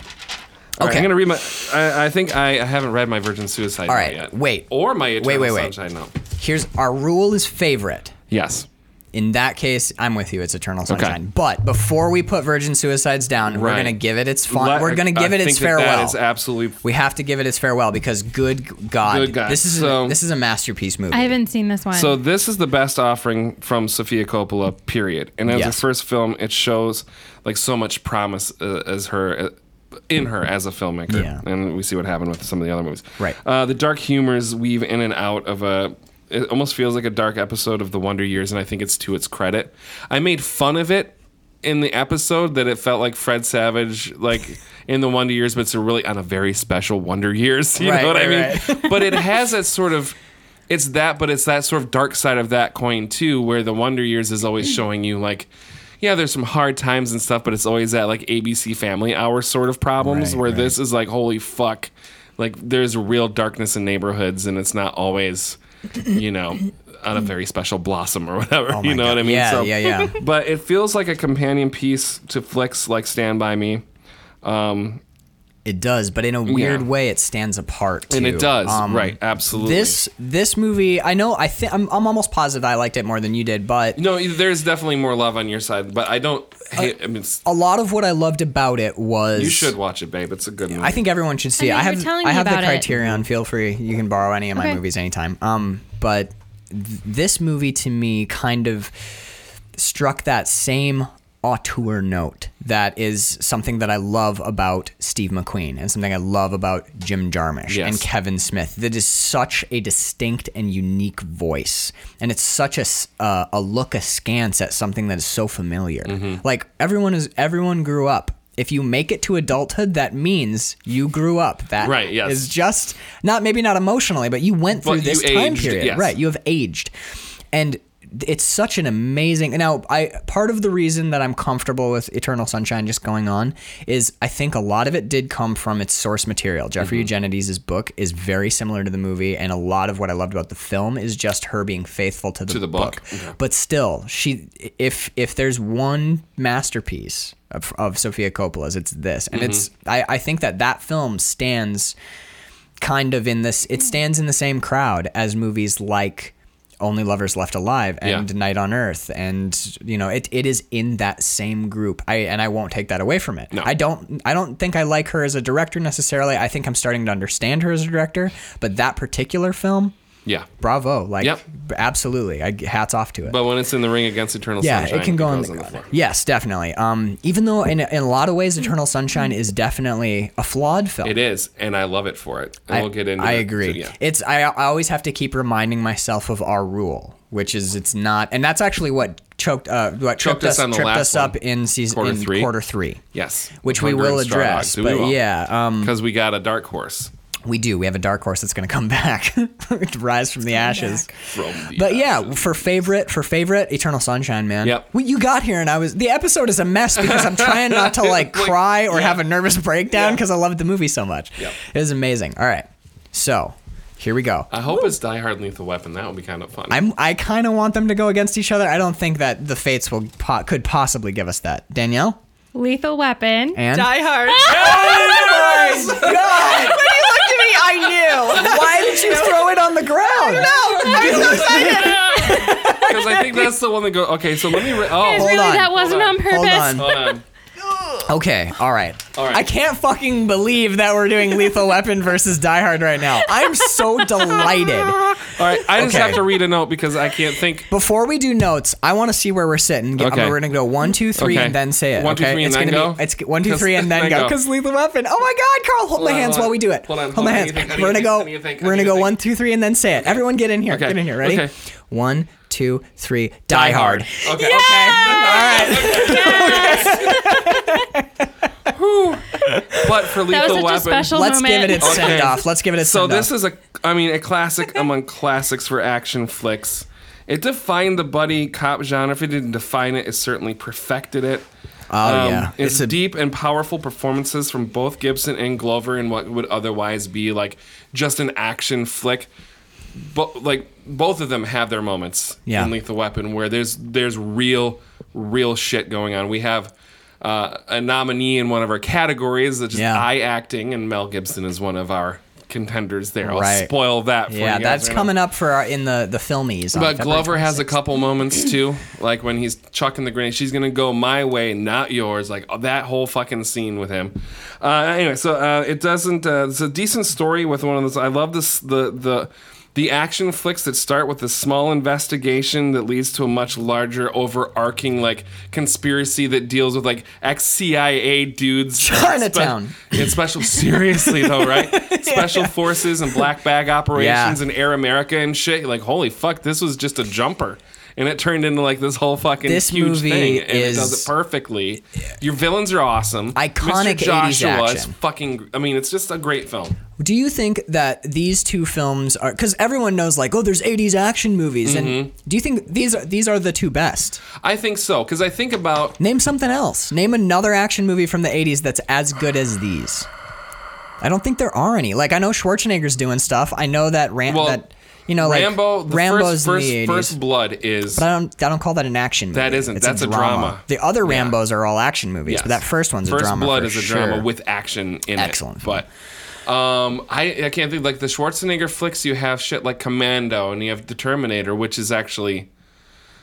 All right, Okay. I'm gonna read my. I, I think I, I haven't read my Virgin Suicide. All note right, Yet. wait. Or my Eternal wait, wait. Sunshine note. Here's our rule is favorite. Yes. In that case, I'm with you. It's Eternal Sunshine. But before we put Virgin Suicides down, we're Right. gonna give it its fun. Let- we're gonna give I it its think that farewell. That is absolutely. we have to give it its farewell because good God, Good God. this is So- a, this is a masterpiece movie. I haven't seen this one. So this is the best offering from Sofia Coppola, period. And as her Yes. first film, it shows like so much promise uh, as her. Uh, in her as a filmmaker, Yeah. and we see what happened with some of the other movies. Right. Uh, the dark humors weave in and out of a. It almost feels like a dark episode of The Wonder Years, and I think it's to its credit. I made fun of it in the episode that it felt like Fred Savage, like in The Wonder Years, but it's a really on a very special Wonder Years. You Right, know what I right, mean? right. but it has that sort of it's that but it's that sort of dark side of that coin too where the wonder years is Mm. always showing you like yeah there's some hard times and stuff but it's always that like abc family hour sort of problems Right, where this is like holy fuck like there's real darkness in neighborhoods and it's not always you know on a very special blossom or whatever Oh my you know what i God. mean Yeah, yeah, yeah. but it feels like a companion piece to flicks like stand by me It does, but in a weird Yeah. way, it stands apart. Too. and it does Um, right absolutely This this movie, I know. I think I'm, I'm almost positive I liked it more than you did, but no e, there's definitely more love on your side but i don't Uh, hate, I mean, it's- a lot of what I loved about it was You should watch it, babe. It's a good movie. I think everyone should see. it. I mean, I you're have telling I me have about the it. Criterion. Feel free. You can borrow any of my Okay. movies anytime. Um, but th- this movie to me kind of struck that same auteur note that is something that I love about Steve McQueen and something I love about Jim Jarmusch Yes. and Kevin Smith. That is such a distinct and unique voice, and it's such a s- uh, a look askance at something that is so familiar. Like everyone is everyone grew up. If you make it to adulthood, that means you grew up. That Right, yes. is just not maybe not emotionally, but you went through But this you time aged, period, yes. right? You have aged, and it's such an amazing now i part of the reason that i'm comfortable with eternal sunshine just going on is i think a lot of it did come from its source material jeffrey Mm-hmm. eugenides' book is very similar to the movie and a lot of what i loved about the film is just her being faithful to the, To the book, okay. but still she if if there's one masterpiece of, of sofia coppola's it's this and Mm-hmm. it's I, I think that that film stands kind of in this it stands in the same crowd as movies like only lovers left alive and Yeah. night on earth and you know it, it is in that same group i and i won't take that away from it No. i don't i don't think i like her as a director necessarily i think i'm starting to understand her as a director but that particular film Yeah. bravo like Yep. absolutely i hats off to it But when it's in the ring against Eternal yeah, Sunshine, it can go on, goes the, the floor. Yes, definitely. Um, even though in, in a lot of ways, Eternal Sunshine is definitely a flawed film. It is, and I love it for it. And I, we'll get into. I it. So, agree. yeah. It's I, I always have to keep reminding myself of our rule, which is it's not, and that's actually what choked uh, what Choked tripped us us, on the tripped last us up one. in season Quarter in three. quarter three. Yes, Which we will address, but yeah, um, because we got a dark horse We do. We have a dark horse that's going to come back, rise from the ashes. from. The But yeah, ashes. for favorite, for favorite, Eternal Sunshine, man. Yep. Well, you got here, and I was the episode is a mess because I'm trying not to like Like, cry or yeah. have a nervous breakdown Yeah. because I loved the movie so much. Yep. It was amazing. All right, so here we go. I hope it's Die Hard and Lethal Weapon. That would be kind of fun. I'm I kind of want them to go against each other. I don't think that the fates will po- could possibly give us that. Danielle Lethal Weapon. and Die Hard. God, when you looked at me, I knew. why did you throw it on the ground? No, I was so excited. because I think that's the one that go. Okay, so let me. Re- Guys, oh, Hold really, on, that wasn't hold on purpose. Hold on. hold on. Okay, all right. All right. I can't fucking believe that we're doing Lethal Weapon versus Die Hard right now. I'm so delighted. All right, I just Okay. have to read a note because I can't think. Before we do notes, I want to see where we're sitting. Get- Okay. We're gonna go one, two, three, Okay. and then say it. One, two, okay? three, and it's then gonna go? Be, it's g- one, two, Cause- three, and then then go. go. Because Lethal Weapon. Oh my God, Carl, hold Hold my on, hold hands on. while we do it. Hold on, hold hold my on. I hands. need to think, I We're gonna need to go. think, I need to think, I We're gonna need to go think. one, two, three, and then say it. Everyone, get in here. Okay. Get in here. Ready? Okay. One, two, three. Die Hard. Okay. All right. But for That was Lethal such Weapon, a special Let's moment. give it its Okay. send off. Let's give it its So send this off. is a, I mean, a classic among classics for action flicks. It defined the buddy cop genre. If it didn't define it, it certainly perfected it. Um, Oh yeah. It's, a deep and powerful performances from both Gibson and Glover in what would otherwise be like just an action flick. But like both of them have their moments Yeah. in Lethal Weapon where there's there's real real shit going on. We have uh, a nominee in one of our categories that's just Yeah. eye acting, and Mel Gibson is one of our contenders there. I'll Right. spoil that. for you Yeah, guys that's right now. coming up for our, in the the filmies. on But February Glover has a 26th. couple moments too, like when he's chucking the grenade. She's gonna go my way, not yours. Like oh, that whole fucking scene with him. Uh, anyway, so uh, it doesn't. Uh, it's a decent story with one of those. I love this the the the action flicks that start with a small investigation that leads to a much larger overarching like conspiracy that deals with like ex CIA dudes Chinatown. Spe- in special seriously though, right? Special forces and black bag operations Yeah. and Air America and shit. You're like, holy fuck, this was just a jumper. And it turned into like this whole fucking This huge movie thing. And is- it does it perfectly. Your villains are awesome. Iconic Mr. Joshua 80s is action. fucking I mean, it's just a great film. Do you think that these two films are because everyone knows like oh there's 80s action movies Mm-hmm. and do you think these are these are the two best? I think so, because I think about Name something else. Name another action movie from the 80s that's as good as these. I don't think there are any. Like I know Schwarzenegger's doing stuff. I know that Ram Well, that you know like Rambo the first, Rambo's first, in the 80s. first blood is but I don't, I don't call that an action movie. That isn't. It's That's a drama. The other Rambos are all action movies, but that first one's a drama. Blood for is a sure. drama with action in Excellent it. film. But um, I, I can't think like the Schwarzenegger flicks. You have shit like Commando, and you have The Terminator, which is actually,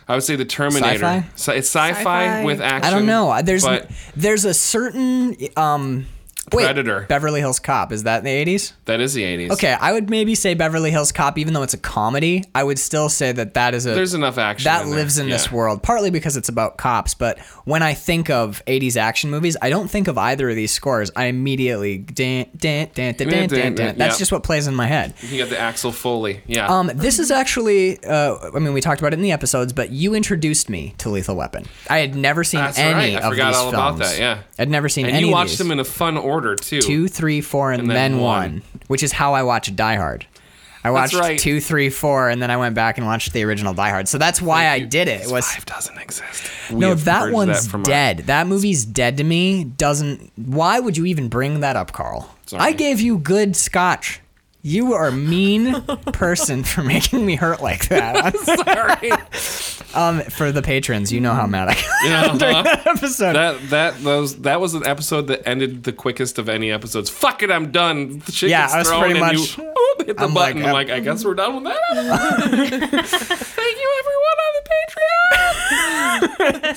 I would say the Terminator. Sci-fi? Sci- it's sci-fi, Sci-fi. with action. I don't know. There's but there's a certain um wait, Predator. Beverly Hills Cop is that in the 80s? that is the '80s. Okay, I would maybe say Beverly Hills Cop even though it's a comedy, I would still say that that is a there's enough action that in there. lives in this Yeah. world partly because it's about cops, but when I think of 80s action movies, I don't think of either of these scores. I immediately dan dan dan dan dan dan. dan. That's Yeah. just what plays in my head. You got the Axel Foley. Yeah. Um, this is actually, uh, I mean, we talked about it in the episodes, but you introduced me to Lethal Weapon. I had never seen That's any right. I of forgot these all about films. that, yeah. I'd never seen and any you of these. watched them in a fun order too. two, three, four, and, And then, then one. one. which is how I watch Die Hard. I watched right. two, three, four, and then I went back and watched the original Die Hard. So that's why I did it. It was Five doesn't exist. We no, have that purged one's from our- dead. that movie's dead to me. Doesn't. Why would you even bring that up, Carl? Sorry. I gave you good scotch. You are a mean person for making me hurt like that. Sorry. um, for the patrons, you know how mad I got You know, uh-huh. huh? episode. that that those that was an episode that ended the quickest of any episodes. Fuck it, I'm done. The shit Yeah, gets I was thrown pretty and much- you, oop, hit the I'm like, uh, button. I'm- I'm like, I guess we're done with that. Thank you, everyone on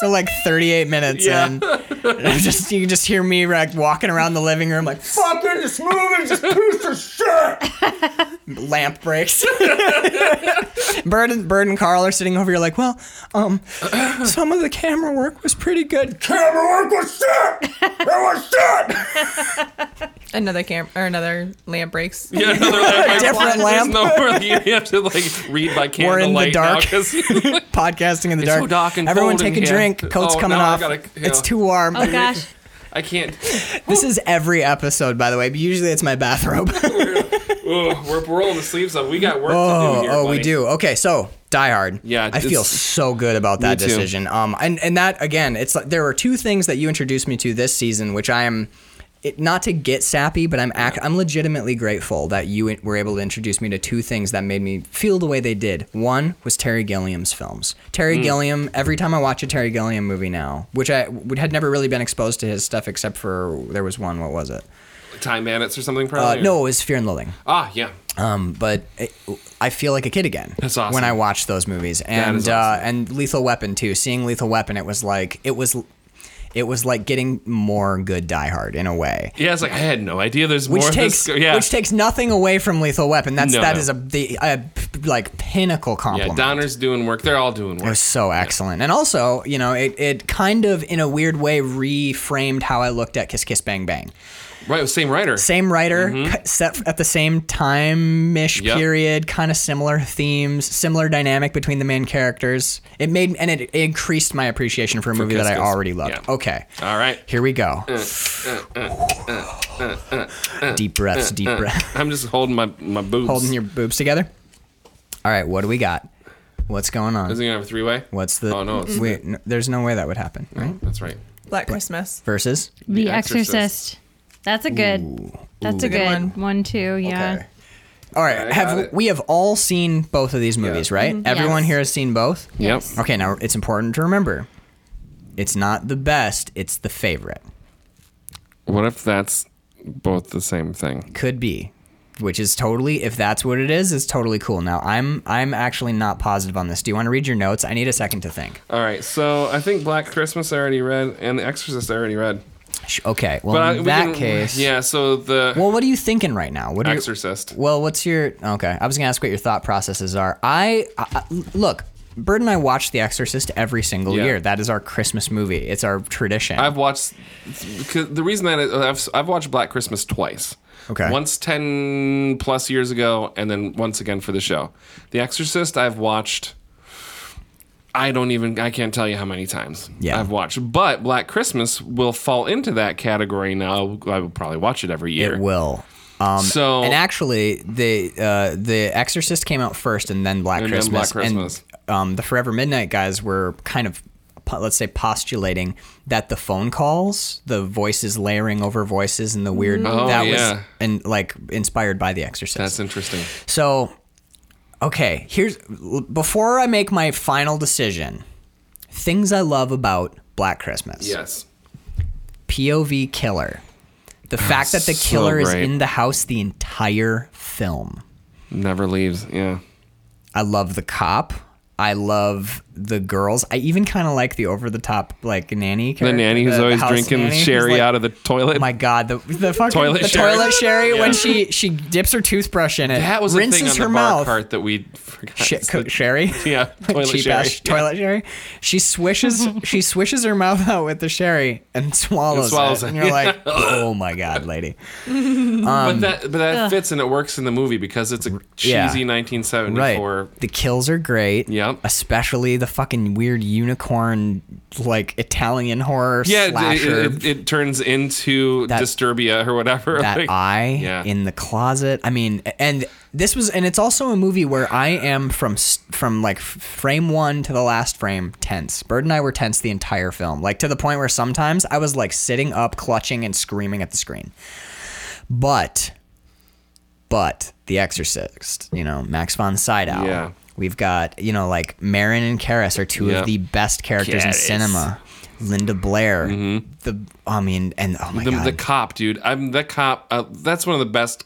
so like 38 minutes Yeah. in, and I'm just you can just hear me like walking around the living room like fucking this movie's just piece of shit. Lamp breaks. Bird and Bird and Carl are sitting over here like, well, um, some of the camera work was pretty good. Camera work was shit. It was shit. Another camp or another lamp breaks. the Patreon. Yeah, another lamp. Different There's lamp. no more- you have to like read by We're in the candlelight now dark. 'cause- Podcasting in the It's dark. so dark and Everyone cold take in a here. drink. Coat's Oh, coming now I off. gotta- yeah. It's too warm. Oh gosh. I can't. This is every episode, by the way. But usually it's my bathrobe. Oh, we're we're rolling the sleeves up. We got work to do Oh, here. oh, we buddy. do. Okay, so Die Hard. Yeah, I feel it's- so good about that too. decision. Um, and and that again, it's like there were two things that you introduced me to this season, which I am. It, not to get sappy, but I'm act, I'm legitimately grateful that you in- were able to introduce me to two things that made me feel the way they did. One was Terry Gilliam's films. Terry Mm. Gilliam. Every time I watch a Terry Gilliam movie now, which I would had never really been exposed to his stuff except for there was one. What was it? Time bandits or something, Uh, probably. no, it was Fear and Loathing. Ah, yeah. Um, but it, I feel like a kid again. That's awesome. When I watch those movies, and is uh, awesome. and Lethal Weapon too. Seeing Lethal Weapon, it was like it was, it was like getting more good Die Hard in a way. Yeah, it's like I had no idea. There's Which more. of takes this. yeah. which takes nothing away from Lethal Weapon. That's No, that no. is a the a, like pinnacle yeah. compliment. Donner's doing work. They're all doing It work. was so excellent. And also, you know, it, it kind of, in a weird way, reframed how I looked at Kiss Kiss Bang Bang. Right, it was same writer. Same writer, cut- set at the same time ish Mm-hmm. Yep. period, kind of similar themes, similar dynamic between the main characters. It made and it increased my appreciation for a movie that I Kiss Kiss. already loved. Yeah. Okay. All right. Here we go. deep breaths, Uh, deep breath. I'm just holding my my boobs. Holding your boobs together. All right, what do we got? What's going on? Is he gonna have a three way? What's the? Oh no, it's, Wait, no, there's no way that would happen, right? that's right. Black Christmas. Versus. The Exorcist. Exorcist. That's a good. That's a good, good one. too. Yeah. Okay. All right, I got have it. we have all seen both of these movies, right? Everyone Mm-hmm. Yes. here has seen both. Yes. Okay, now it's important to remember it's not the best, it's the favorite. Yep. What if that's both the same thing? Could be. Which is totally if that's what it is, it's totally cool. Now I'm I'm actually not positive on this. Do you want to read your notes? I need a second to think. All right. So I think Black Christmas I already read, and The Exorcist I already read. Sh- Okay. Well I- in we that can- case. yeah. So the Well, what are you thinking right now? What are you- Exorcist. Well, what's your okay? I was gonna ask what your thought processes are. I, I I- look, Bird and I watch The Exorcist every single Yeah. year. That is our Christmas movie. It's our tradition. I've watched because the reason that I- I've I've watched Black Christmas twice. Okay. Once ten plus years ago, and then once again for the show. The Exorcist I've watched. I don't even I can't tell you how many times Yeah. I've watched. But Black Christmas will fall into that category now. I will probably watch it every year. it will. Um, So- and actually, the uh, the Exorcist came out first, and then Black And then Black Christmas. Christmas. And um, the Forever Midnight guys were kind of, po- let's say, postulating that the phone calls, the voices layering over voices, and the weird Oh, that yeah. was and like inspired by The Exorcist. That's interesting. So, okay, here's before I make my final decision. Things I love about Black Christmas. Yes. POV killer. The fact that the Ah, so killer is great. in the house the entire film. Never leaves. Yeah. I love the cop. I love the girls. I even kind of like the over the top like nanny The character. nanny who's the always house drinking nanny who's sherry like- out of the toilet. My God, the the fucking Toilet the sherry. toilet sherry Yeah. when she she dips her toothbrush in it. that was a rinses thing on the her bar mouth. cart that we forgot. Sh- It's co- the- sherry. Yeah, toilet cheap sherry. ass toilet sherry. She swishes. she swishes her mouth out with the sherry and swallows, swallows it. it. And you're like, oh my god, lady. but that but that fits and it works in the movie because it's a cheesy Yeah. 1974. Right. The kills are great. Yep. Especially the fucking weird unicorn like Italian horror Yeah, it, slasher. it, it, it turns into That- Disturbia or whatever. that like- eye yeah. in the closet. I mean, and this was, and it's also a movie where I am from s- from like f- frame one to the last frame tense. Bird and I were tense the entire film, like to the point where sometimes I was like sitting up, clutching and screaming at the screen. But, but The Exorcist, you know, Max von Sydow. Yeah. We've got you know like Marin and Karis are two Yeah. of the best characters in Karis. Mm-hmm. cinema. Linda Blair, the I mean, and oh my the, god, the cop, dude. I'm the cop. Uh, that's one of the best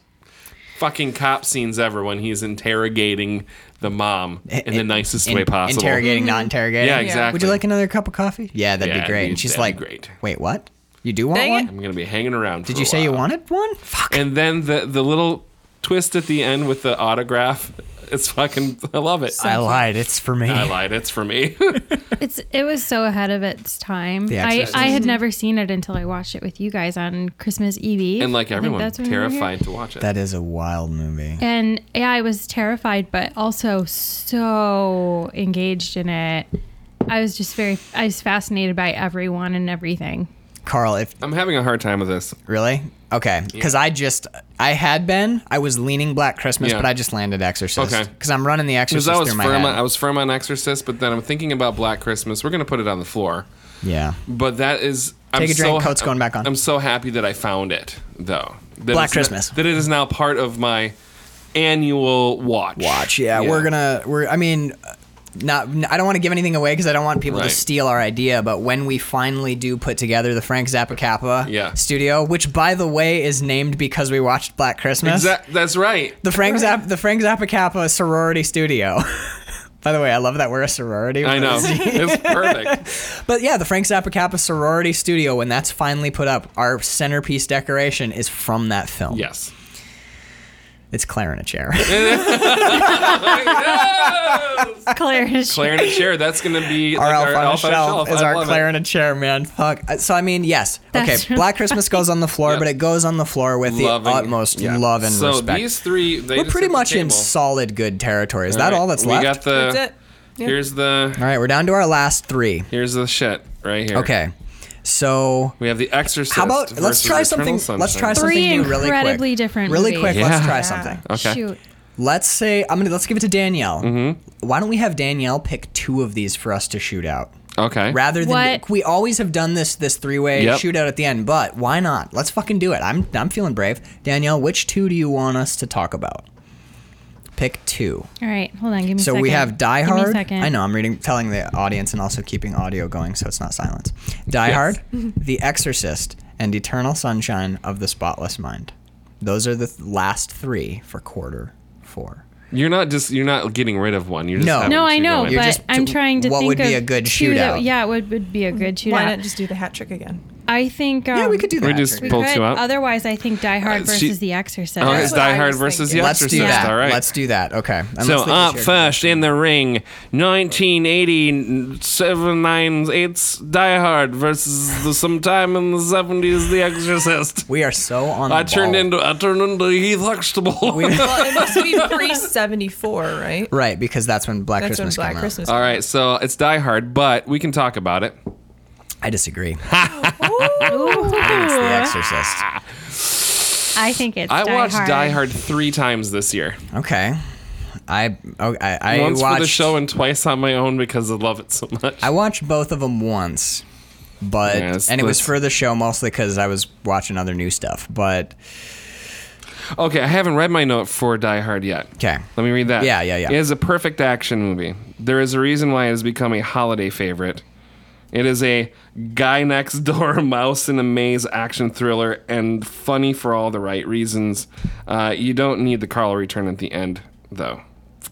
fucking cop scenes ever when he's interrogating the mom in the nicest way in- possible. Interrogating, not interrogating. Yeah, exactly. Would you like another cup of coffee? Mm-hmm. Yeah, that'd Yeah, be great. dude, And she's that'd like, be great. wait, what? You do want Dang one? it. I'm gonna be hanging around. Did you say you wanted one? Fuck. And then the the little twist at the end with the autograph. It's fucking. I love it. I lied. It's for me. I lied. It's for me. It's it was so ahead of its time. The I, Exorcist. I had never seen it until I watched it with you guys on Christmas Eve. Eve. and I like think everyone, that's when we were here. terrified to watch it. That is a wild movie. And yeah, I was terrified, but also so engaged in it. I was just very, I was fascinated by everyone and everything. Carl, if I'm having a hard time with this. really okay, because I just I had been I was leaning Black Christmas, Yeah. but I just landed Exorcist. Okay. Because I'm running the Because Exorcist I was through my firm, on, head. I was firm on Exorcist, but then I'm thinking about Black Christmas. We're gonna put it on the floor. yeah. But that is. I'm Take a drink, so, coat's going back on. I'm so happy that I found it, though. That Black it's Christmas. n- that it is now part of my annual watch. watch. Yeah, we're gonna. We're. I mean, not. I don't want to give anything away because I don't want people Right. to steal our idea. But when we finally do put together the Frank Zappa Kappa Yeah. studio, which by the way is named because we watched Black Christmas, Exa- that's right. the Frank Zappa, the Frank Zappa Kappa sorority studio. By the way, I love that we're a sorority. I know. it's perfect. But yeah, the Frank Zappa Kappa sorority studio, when that's finally put up, our centerpiece decoration is from that film. Yes. It's Claire in a chair. Claire is Clarinet chair. That's going to be our like alpha, on a alpha shelf, is I our love it. Claire in a chair, man. Fuck. Uh, So I mean, yes. That's okay, really- Black Christmas goes on the floor, but it goes on the floor with Loving- the utmost yeah. love and so respect. these three, they We're just pretty hit the much in table. solid good territory. Is All that right, all that's we left? got the. That's it. Yeah. Here's the. all right, we're down to our last three. Here's the shit right here. Okay, so We have the Exorcist. how about let's versus try Eternal something? Let's try Sunshine. something Three new really incredibly quick. different Really movies. quick, Yeah. let's try Yeah. something. Okay. shoot. Let's say I'm gonna let's give it to Danielle. Mm-hmm. Why don't we have Danielle pick two of these for us to shoot out? Okay. rather than What? we always have done this this three way Yep. shootout at the end. But why not? Let's fucking do it. I'm I'm feeling brave. Danielle, which two do you want us to talk about? Pick two. All right, hold on, give me a So second. we have Die Give me a Hard. second. I know I'm reading, telling the audience, and also keeping audio going so it's not silence. Die Hard, The Exorcist, and Eternal Sunshine of the Spotless Mind. Those are the th- last three for quarter four. You're not just. You're not getting rid of one. You're just No. having No, I two know, going. but just- I'm trying to what think would of be a good two that- shootout? yeah, it would, would be a good shootout. Why not just do the hat trick again? I think. Um, Yeah, we could do that. we just we pull could. two out. Otherwise, I think Die Hard Uh, versus she- The Exorcist. Oh, it's what Die I Hard was versus thinking. the Let's Exorcist. do that. All right. Let's do that. Okay. And so uh, let's let up you share. first in the ring, 1998's Die Hard versus the sometime in the 70s The Exorcist. We are so on. I the turned ball. into I turned into Heath Huxtable. Well, it must be pre seventy four, right? Right, because that's when Black That's when Christmas Black came Christmas. All right, so it's Die Hard, but we can talk about it. out. I disagree. Ooh. It's The Exorcist. I think it's. I Die watched Hard. Die Hard three times this year. Okay, I oh, I, I Once watched for the show and twice on my own because I love it so much. I watched both of them once, but Yeah, it's- and it was it's- for the show mostly because I was watching other new stuff. But Okay, I haven't read my note for Die Hard yet. 'Kay. Let me read that. Yeah, yeah, yeah. It is a perfect action movie. There is a reason why it has become a holiday favorite. It is a guy next door, mouse in a maze action thriller, and funny for all the right reasons. Uh, you don't need the Carl return at the end, though,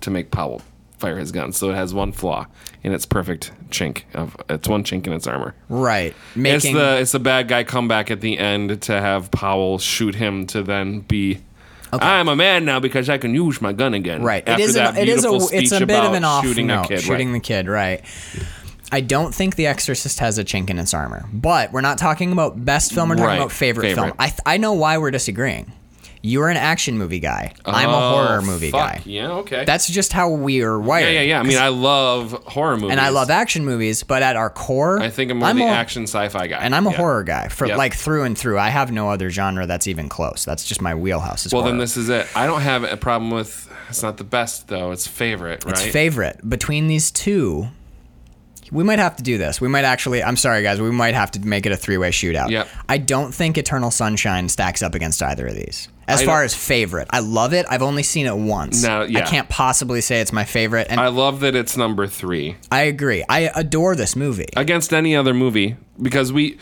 to make Powell fire his gun. So it has one flaw in its perfect chink of it's one chink in its armor. right, making It's the it's the bad guy comeback at the end to have Powell shoot him to then be. I'm a man now because I can use my gun again. right. After it is that an, it is a beautiful it's a speech bit of about an off shooting note, a kid. shooting right. the kid. Right. I don't think The Exorcist has a chink in its armor, but we're not talking about best film. We're talking Right, about favorite, favorite. film. I th- I know why we're disagreeing. You're an action movie guy. I'm a horror movie guy. Oh, Yeah, okay. That's just how we are yeah, wired. yeah, yeah. I mean, I love horror movies, and I love action movies, but at our core, I think I'm more the a- action sci-fi guy, And I'm a Yeah. horror guy for Yep. like through and through. I have no other genre that's even close. That's just my wheelhouse. Is Well, then horror. this is it. I don't have a problem with. It's not the best though. It's favorite, right? It's favorite between these two. We might have to do this. We might actually. I'm sorry, guys. We might have to make it a three-way shootout. Yep. I don't think Eternal Sunshine stacks up against either of these. As I far don't- as favorite, I love it. I've only seen it once. No, yeah. I can't possibly say it's my favorite, and I I, love that it's number three agree. I adore this movie. against any other movie because we.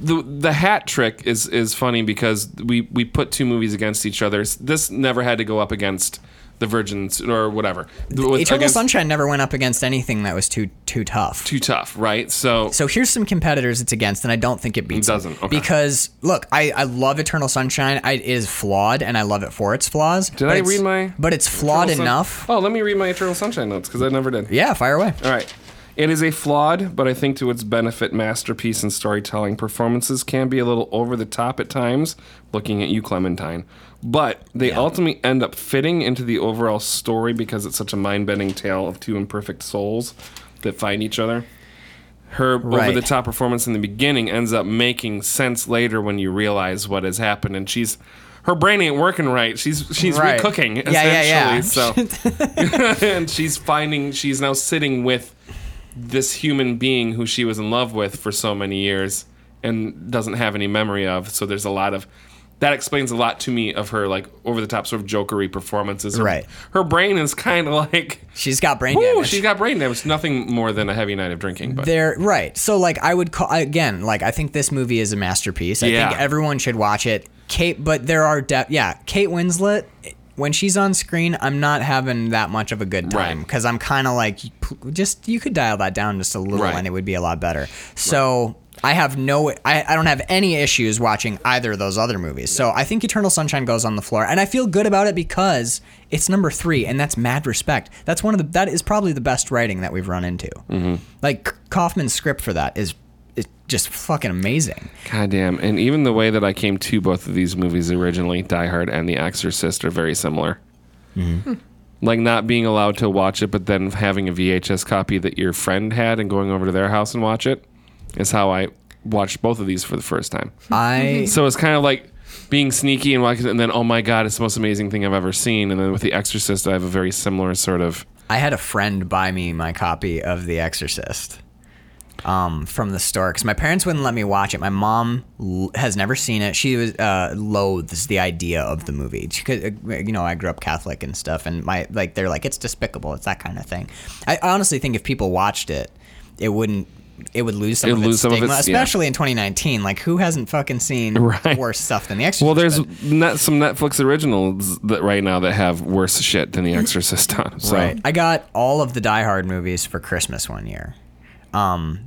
The, the hat trick is, is funny because we, we put two movies against each other. This never had to go up against the Virgins or whatever. With- Eternal against- Sunshine never went up against anything that was too too tough. Too tough, right? So, So here's some competitors it's against, and I don't think it beats It it. doesn't, okay. Because look, I, I love Eternal Sunshine. I, it is flawed, and I love it for its flaws. Did I read my But it's flawed Eternal Sun- enough. oh, let me read my Eternal Sunshine notes because I never did. Yeah, fire away. All right. It is a flawed, but I think to its benefit, masterpiece in storytelling. Performances can be a little over the top at times, looking at you, Clementine. But they ultimately end up fitting into the overall story because it's such a mind bending tale of two imperfect souls that find each other. Her Right. over the top performance in the beginning ends up making sense later when you realize what has happened, and she's her brain ain't working right. She's she's Right. recooking essentially. Yeah, yeah, yeah. So and she's finding she's now sitting with this human being who she was in love with for so many years and doesn't have any memory of so there's a lot of that explains a lot to me of her like over the top sort of jokery performances Her- Right. her brain is kind of like She's got brain Ooh, damage. she's got brain damage nothing more than a heavy night of drinking but They're right. So like I would call again, like I think this movie is a masterpiece. I Yeah. think everyone should watch it. Kate, but there are de- yeah, Kate Winslet when she's on screen, I'm not having that much of a good time Right. because I'm kind of like p- just you could dial that down just a little Right. and it would be a lot better. So I have no, I, I don't have any issues watching either of those other movies. So I think Eternal Sunshine goes on the floor, and I feel good about it because it's number three, and that's mad respect. That's one of the, that is probably the best writing that we've run into. Mm-hmm. Like Kaufman's script for that is, is just fucking amazing. God damn. And even the way that I came to both of these movies originally, Die Hard and The Exorcist, are very similar. Mm-hmm. Like not being allowed to watch it, but then having a VHS copy that your friend had and going over to their house and watch it is how I watched both of these for the first time. Hmm. I So it's kind of like being sneaky and watching, and then oh my god, it's the most amazing thing I've ever seen. And then with The Exorcist, I have a very similar sort of I had a friend buy me my copy of The Exorcist um, from the store because my parents wouldn't let me watch it. My mom l- has never seen it. She was uh, loathes the idea of the movie. She could, uh, you know, I grew up Catholic and stuff, and my like they're like it's despicable. It's that kind of thing. I honestly think if people watched it, it wouldn't. It would lose some It'd of lose its some of stigma, its- yeah. especially in 2019. Like, who hasn't fucking seen Right. worse stuff than The Exorcist? Well, there's But- net, some Netflix originals that right now that have worse shit than The Exorcist on. 'em, So. Right. I got all of the Die Hard movies for Christmas one year, um,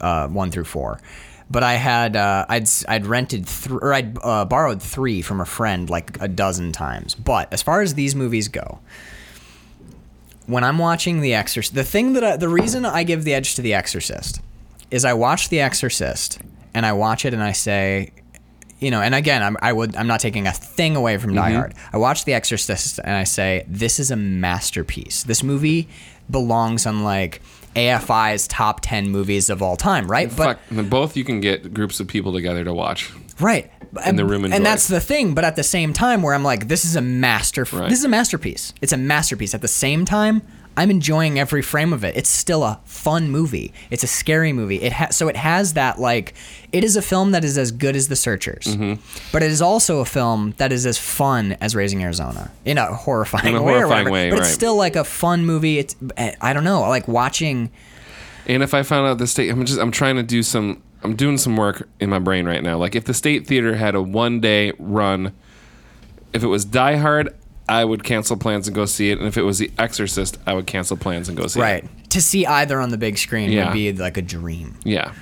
uh, one through four. But I had uh, I'd s- I'd rented thr or I'd uh, borrowed three from a friend like a dozen times. But as far as these movies go, when I'm watching The Exorcist, the thing that I, the reason I give the edge to The Exorcist is I watch The Exorcist and I watch it and I say, you know, and again, I'm, I would I'm not taking a thing away from Die Hard. I watch The Exorcist and I say this is a masterpiece. This movie belongs on like AFI's top ten movies of all time, right? Fuck, and both you can get groups of people together to watch. Right. the room and enjoy. that's the thing, but at the same time where I'm like, this is a master Right. this is a masterpiece. It's a masterpiece. At the same time, I'm enjoying every frame of it. It's still a fun movie. It's a scary movie. It ha- so it has that like it is a film that is as good as The Searchers. Mm-hmm. But it is also a film that is as fun as Raising Arizona in a horrifying, In a way, or horrifying whatever, way, But it's right. still like a fun movie. It's eh, I don't know, like watching And if I found out the state, I'm just I'm trying to do some I'm doing some work in my brain right now. Like if the state theater had a one day run, if it was Die Hard, I would cancel plans and go see it. And if it was The Exorcist, I would cancel plans and go see it. right to see either on the big screen Yeah. would be like a dream. Yeah.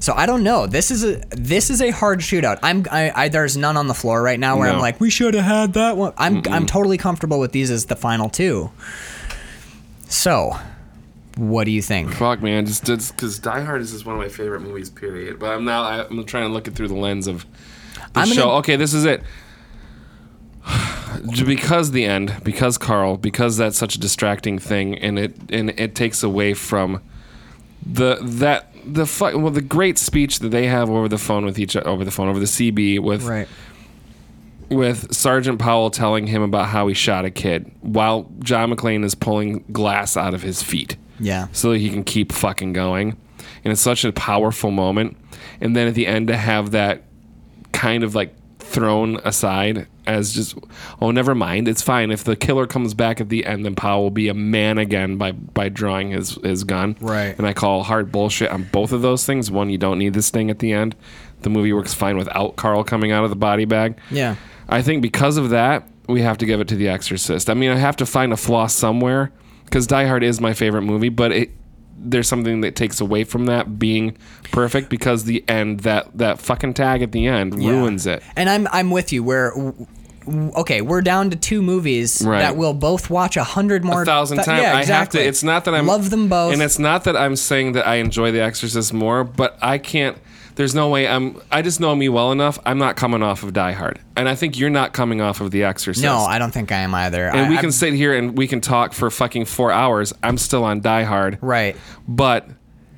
So I don't know. This is a this is a hard shootout. I'm I, I there's none on the floor right now where No. I'm like we should have had that one. I'm I'm totally comfortable with these as the final two. So, what do you think? Fuck man, just because Die Hard is just one of my favorite movies. Period. But I'm now I'm trying to look it through the lens of the I'm gonna- show. Okay, this is it. J- because the end, because Carl, because that's such a distracting thing, and it and it takes away from the that the fu- well the great speech that they have over the phone with each over the phone over the CB with Right. with Sergeant Powell telling him about how he shot a kid while John McClane is pulling glass out of his feet Yeah. so that he can keep fucking going. And it's such a powerful moment. And then at the end to have that kind of like thrown aside as just oh never mind it's fine if the killer comes back at the end then Powell will be a man again by by drawing his his gun Right. and I call hard bullshit on both of those things one you don't need this thing at the end the movie works fine without Carl coming out of the body bag Yeah. I think because of that, we have to give it to The Exorcist. I mean, I have to find a flaw somewhere because Die Hard is my favorite movie, but it there's something that takes away from that being perfect because the end that that fucking tag at the end ruins it. And I'm I'm with you. Where w- w- okay, we're down to two movies Right. that we'll both watch a hundred more A thousand th- times. Yeah, I have to. exactly. It's not that I'm love them both. and it's not that I'm saying that I enjoy The Exorcist more, but I can't. There's no way I'm. I just know me well enough. I'm not coming off of Die Hard, and I think you're not coming off of The Exorcist. no, I don't think I am either. and I, we I- can sit here and we can talk for fucking four hours. I'm still on Die Hard. right. But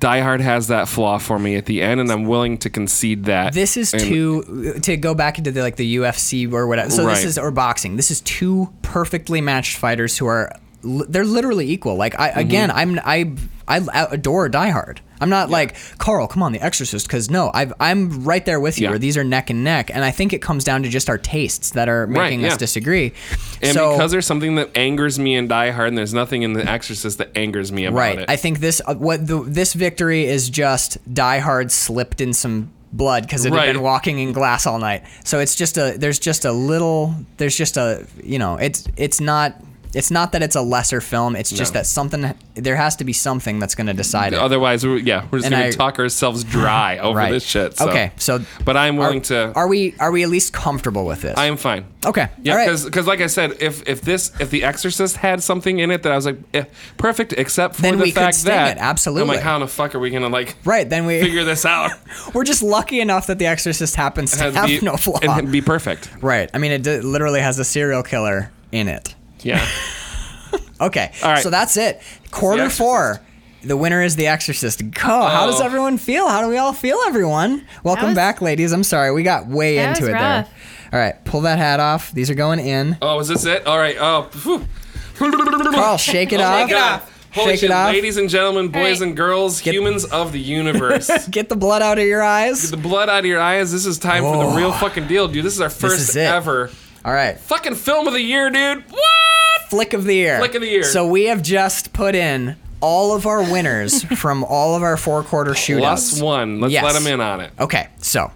Die Hard has that flaw for me at the end, and I'm willing to concede that. This is And- two to go back into the like the UFC or whatever. So Right. this is or boxing. This is two perfectly matched fighters who are li- they're literally equal. Like Mm-hmm. I again, I'm I I adore Die Hard. I'm not like Carl. Come on, The Exorcist. Because no, I've, I'm right there with you. Yeah. Where these are neck and neck, and I think it comes down to just our tastes that are Right, making yeah. us disagree. And so, because there's something that angers me in Die Hard, and there's nothing in The Exorcist that angers me about Right. it. I think this uh, what the, this victory is just Die Hard slipped in some blood because it Right. had been walking in glass all night. So it's just a there's just a little there's just a you know it's it's not it's not that it's a lesser film. It's just No. that something there has to be something that's going to decide it. Otherwise, we're, yeah, we're just And gonna I- talk ourselves dry over Right. this shit. So. Okay. So but I'm are, willing to. are we are we at least comfortable with this? I'm fine. okay. Yeah, all right. because like I said, if if this if The Exorcist had something in it that I was like, eh, perfect, except for Then the we could fact sting that it, absolutely. I'm like, how in the fuck are we gonna like Right, then we figure this out? we're just lucky enough that The Exorcist happens to Has have be- no flaw. and be perfect. right. I mean, it d- literally has a serial killer in it. Yeah. Okay. All right. So that's it. Quarter Exorcist. four. The winner is The Exorcist. Go. How does Oh. everyone feel? How do we all feel, everyone? Welcome was- back, ladies. I'm sorry. We got way That into was it there. rough. All right. Pull that hat off. These are going in. Oh, is this it? All right. Oh, phew. Carl, shake it Oh my off. God. Holy Shake shit, it off. ladies and gentlemen, boys right. and girls, humans of the universe. Get the blood out of your eyes. the blood out of your eyes. This is time for the Whoa. real fucking deal, dude. This is our first is it. ever All right. fucking film of the year, dude. What? Flick of the year. Flick of the year. So we have just put in all of our winners from all of our four quarter shootouts. Plus one. Let's Yes. let him in on it. Okay, so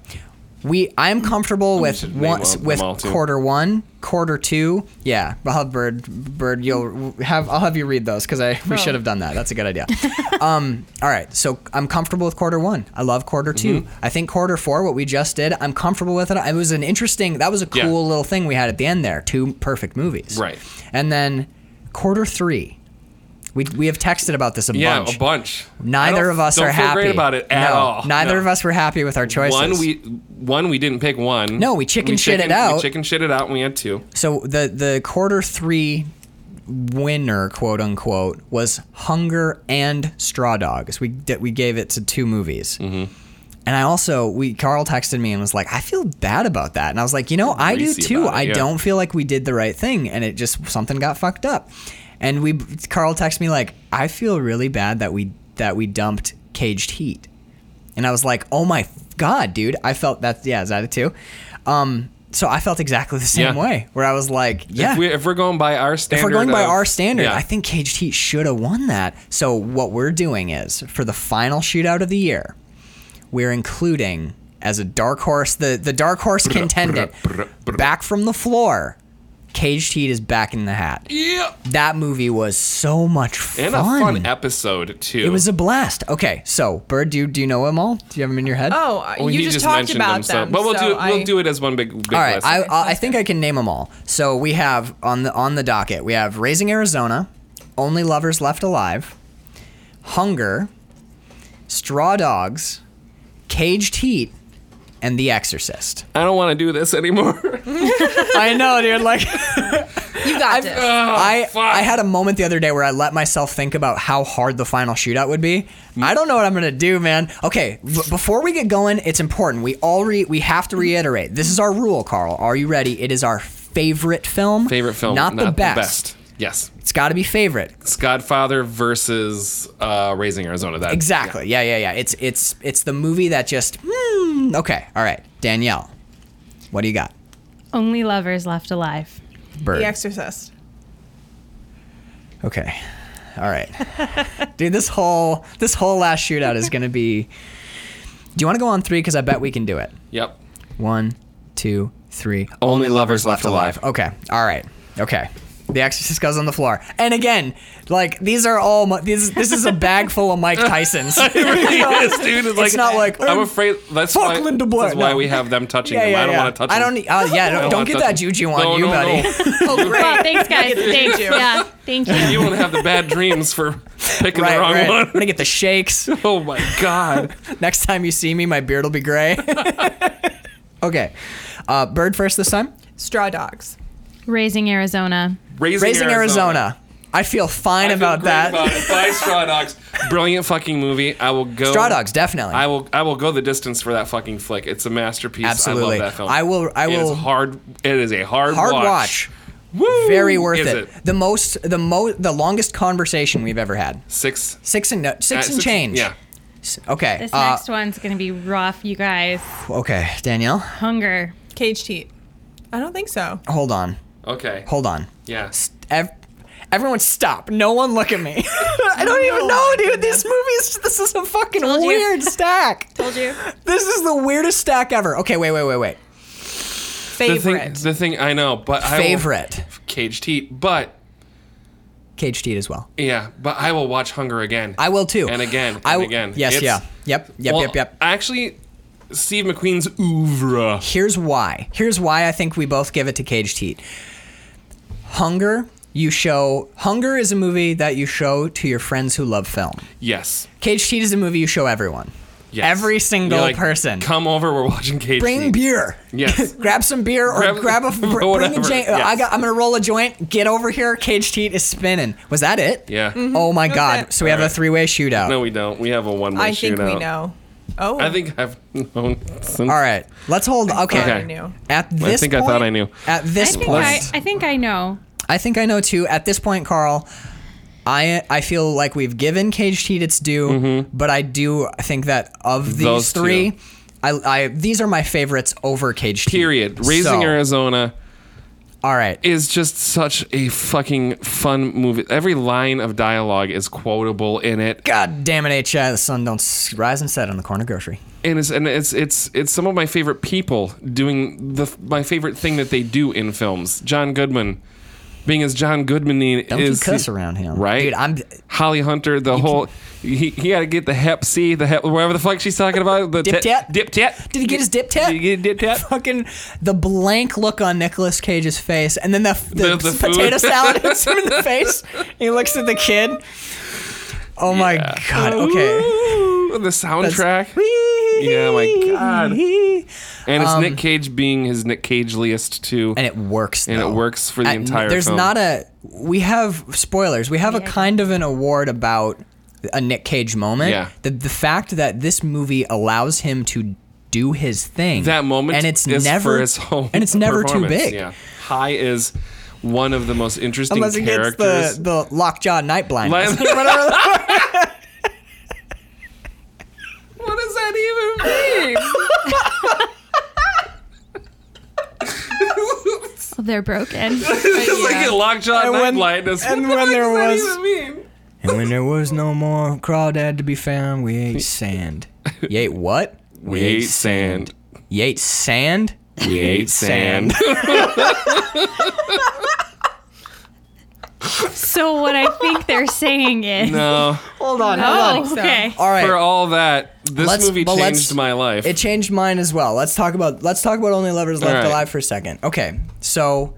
we I'm comfortable with should name one, all- with them all, too. quarter one, quarter two. Yeah, I'll have bird bird. You'll have I'll have you read those because I we should have done that. That's a good idea. um, all right, so I'm comfortable with quarter one. I love quarter 2 Mm-hmm. I think quarter four, what we just did, I'm comfortable with it. It was an interesting. That was a cool Yeah. little thing we had at the end there. Two perfect movies. Right. And then quarter three. We, we have texted about this a Yeah, bunch. a bunch. I Neither don't- of us don't are feel happy great about it at no, all. Neither No. of us were happy with our choices. One we one we didn't pick one. No, we chicken shit it chicken- We out. chicken shit it out, and we had two. so the the quarter three winner, quote unquote, was Hunger and Straw Dogs. We that we gave it to two movies. Mm-hmm. And I also we Carl texted me and was like, I feel bad about that, and I was like, you know, I do Greasy too. about it, I yeah. don't feel like we did the right thing, and it just something got fucked up. And we Carl texted me like, I feel really bad that we that we dumped Caged Heat. And I was like, oh my f- God, dude. I felt that, yeah, is that it too? Um, so I felt exactly the same Yeah. way where I was like, yeah. If, we, if we're going by our standard, If we're going by of- our standard, yeah. I think Caged Heat should have won that. So what we're doing is for the final shootout of the year, we're including as a dark horse the the dark horse contendant back from the floor. Caged Heat is back in the hat. Yeah. That movie was so much fun. And a fun episode too. it was a blast. Okay, so Bird, do you, do you know them all? Do you have them in your head? Oh, Well, you he just, talked mentioned them, about them. so- but we'll so do we'll I- do it as one big big All right, list. I, I I think I can name them all. So we have on the on the docket we have Raising Arizona, Only Lovers Left Alive, Hunger, Straw Dogs, Caged Heat, and The Exorcist. Oh, I don't want to do this anymore. I know, dude. Like, You got this. I fuck. I had a moment the other day where I let myself think about how hard the final shootout would be. I don't know what I'm gonna do, man. Okay, b- before we get going, it's important. We all re- we have to reiterate. This is our rule, Carl. Are you ready? It is our favorite film. Favorite film, not, the, best. Yes, It's got to be favorite. it's Godfather versus uh, Raising Arizona. That Exactly. Yeah. yeah, yeah, It's it's it's the movie that just. Hmm, okay. All right, Danielle. What do you got? Only lovers left alive. Bird. The Exorcist. Okay. All right. Dude, this whole this whole last shootout is gonna be. Do you want to go on three? Because I bet we can do it. Yep. One, two, three. Only lovers left alive. Okay. All right. Okay. The Exorcist goes on the floor, and again, like these are all my, these. This is a bag full of Mike Tyson's. Yes, dude. It's, like, not like, I'm um, afraid that's fuck why, Linda Blair. That's why No. we have them touching them. I don't want to touch. I don't. Them. Uh, yeah, don't, don't wanna get touch that them. juju on No, you, no, buddy. no. Oh, Oh, great. thanks, guys. Thanks. Yeah, thank you. you won't have the bad dreams for picking Right, the wrong right. I'm one. gonna get the shakes. Oh my god. Next time you see me, my beard will be gray. okay. Uh, bird first this time. Straw Dogs. Raising Arizona. Raising, Raising Arizona. I feel fine I feel about great that. About it. Buy Straw Dogs. Brilliant fucking movie. I will go. Straw Dogs, definitely. I will. I will go the distance for that fucking flick. It's a masterpiece. Absolutely. I love that film. I will- I It will- is hard. It is a hard. Hard watch. watch. Woo! Very worth Is it. The most, the mo, the longest conversation we've ever had. Six. Six and no, uh, six and change. Yeah. S- Okay. This uh, next one's gonna be rough, you guys. okay, Danielle, Hunger. Caged Heat. I don't think so. hold on, Okay. hold on. Yeah. Ev- everyone, stop! No one look at me. I don't even know, dude. These movies. This is a fucking Told you. weird stack. Told you. This is the weirdest stack ever. Okay, wait, wait, wait, wait. The thing. Favorite. The thing. I know, but I will- Favorite. Caged Heat, but Caged Heat as well. yeah, but I will watch Hunger again. I will too. And again, I and will- again. Yes, It's- yeah. Yep, yep, Well, yep, yep. Actually, Steve McQueen's oeuvre. Here's why. Here's why I think we both give it to Caged Heat. Hunger, you show. Hunger is a movie that you show to your friends who love film. Yes. Caged Heat is a movie you show everyone. Yes. Every single You're like, person. Come over. We're watching Caged Bring Heat. beer. Yes. grab some beer or Grab- grab, a. or br- Bring a whatever. joint. Yes. I got, I'm gonna roll a joint. Get over here. Caged Heat is spinning. Was that it? Yeah. Oh my God! Mm-hmm. it. So we have a Alright. three-way shootout. No, we don't. We have a one way I shootout. think we know. Oh, I think I've known since. All right, let's hold. Okay. I Okay. knew. At this think I point- thought I knew. At I this think point, I, I think I know. I think I know too. At this point, Carl, I I feel like we've given Caged Heat its due, but I do think that of these Mm-hmm. Those two. three, I, I these are my favorites over Caged Heat. Period. Raising So, Arizona All right. is just such a fucking fun movie. Every line of dialogue is quotable in it. God damn it, HI, the sun don't s- rise and set on the corner grocery. and it's and it's it's it's some of my favorite people doing the my favorite thing that they do in films. John Goodman, being as John Goodman Don't is you cuss around him, right? Dude, I'm Holly Hunter. The whole he, he had to get the Hep C, the Hep whatever the fuck she's talking about. The Dip te- tat? dip tat. Did he get his dip tat? Did he get a dip tat? fucking the blank look on Nicolas Cage's face, and then the the, The- the potato food. salad hits him in the face. He looks at the kid. Oh my Yeah. god. Okay. Ooh, the soundtrack. Yeah, my God. And it's Nick Cage being his Nick Cageliest too. Um, And it works. And it though. works for the entire There's film. not a. We have spoilers. We have a kind of an award about a Nick Cage moment. Yeah. The the fact that this movie allows him to do his thing. that moment and it's is never for his home and it's never too performance, big. yeah high is one of the most interesting Unless he gets characters the, the lockjaw night blind. Like- Whatever. what does that even mean Oh, they're broken. it's like a lockjaw And when- nightlight is and what the when fuck there does was- that even mean? and when there was no more crawdad to be found, we ate sand. You ate what? we ate sand You ate sand? we ate sand. sand so what I think they're saying is. no Hold on. Oh, okay. All right. for all that this Let's- movie well, let's- changed my life It changed mine as well. Let's talk about let's talk about Only Lovers Left All right. Alive for a second. Okay. So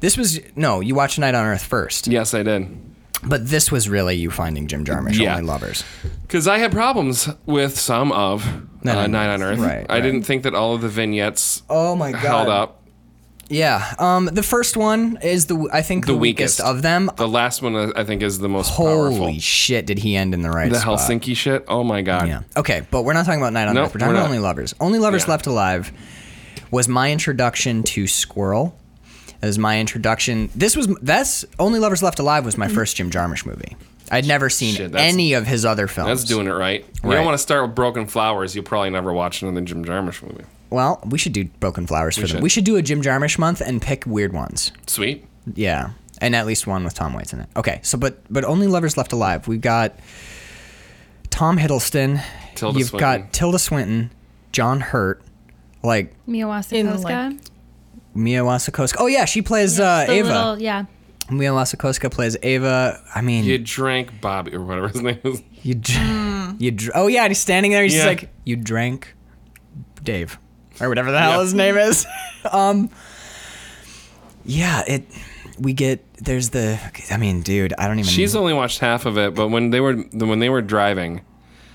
this was no, you watched Night on Earth first. yes i did But this was really you finding Jim Jarmusch, Yeah. Only Lovers. because i had problems with some of Night uh, on night on earth Right, i right. didn't think that all of the vignettes Oh my god. held up Yeah. Um, the first one is the I think the, weakest. of them. The last one uh, I think is the most Holy powerful. shit! Did he end in the right the spot? Helsinki shit. Oh my god. Yeah. Okay, but we're not talking about Night on Nope, Earth. We're talking we're about not. Only Lovers. Only Lovers Yeah. Left Alive was my introduction to Squirrel. It was my introduction. This was that's Only Lovers Left Alive was my first Jim Jarmusch movie. I'd never seen Mm-hmm. Shit, that's- any of his other films. That's doing it right. You Right. don't want to start with Broken Flowers. You'll probably never watch another Jim Jarmusch movie. Well, we should do Broken Flowers for them. should. We should do a Jim Jarmusch month and pick weird ones. Sweet. Yeah, and at least one with Tom Waits in it. Okay, so but but only lovers left alive. We've got Tom Hiddleston. Tilda You've Swinton. got Tilda Swinton, John Hurt, like Mia In, Wasikowska. like, Mia Wasikowska. Oh yeah, she plays uh, The Ava. little- yeah. Mia Wasikowska plays Ava. I mean, You you drank Bobby or whatever his name is. you, dr- Hmm. you dr- oh yeah, and he's standing there. He's just Yeah. like you drank Dave or whatever the hell Yeah. his name is. um, yeah, it. We get there's the. I mean, dude, I don't even. She's only watched half of it, but when they were when they were driving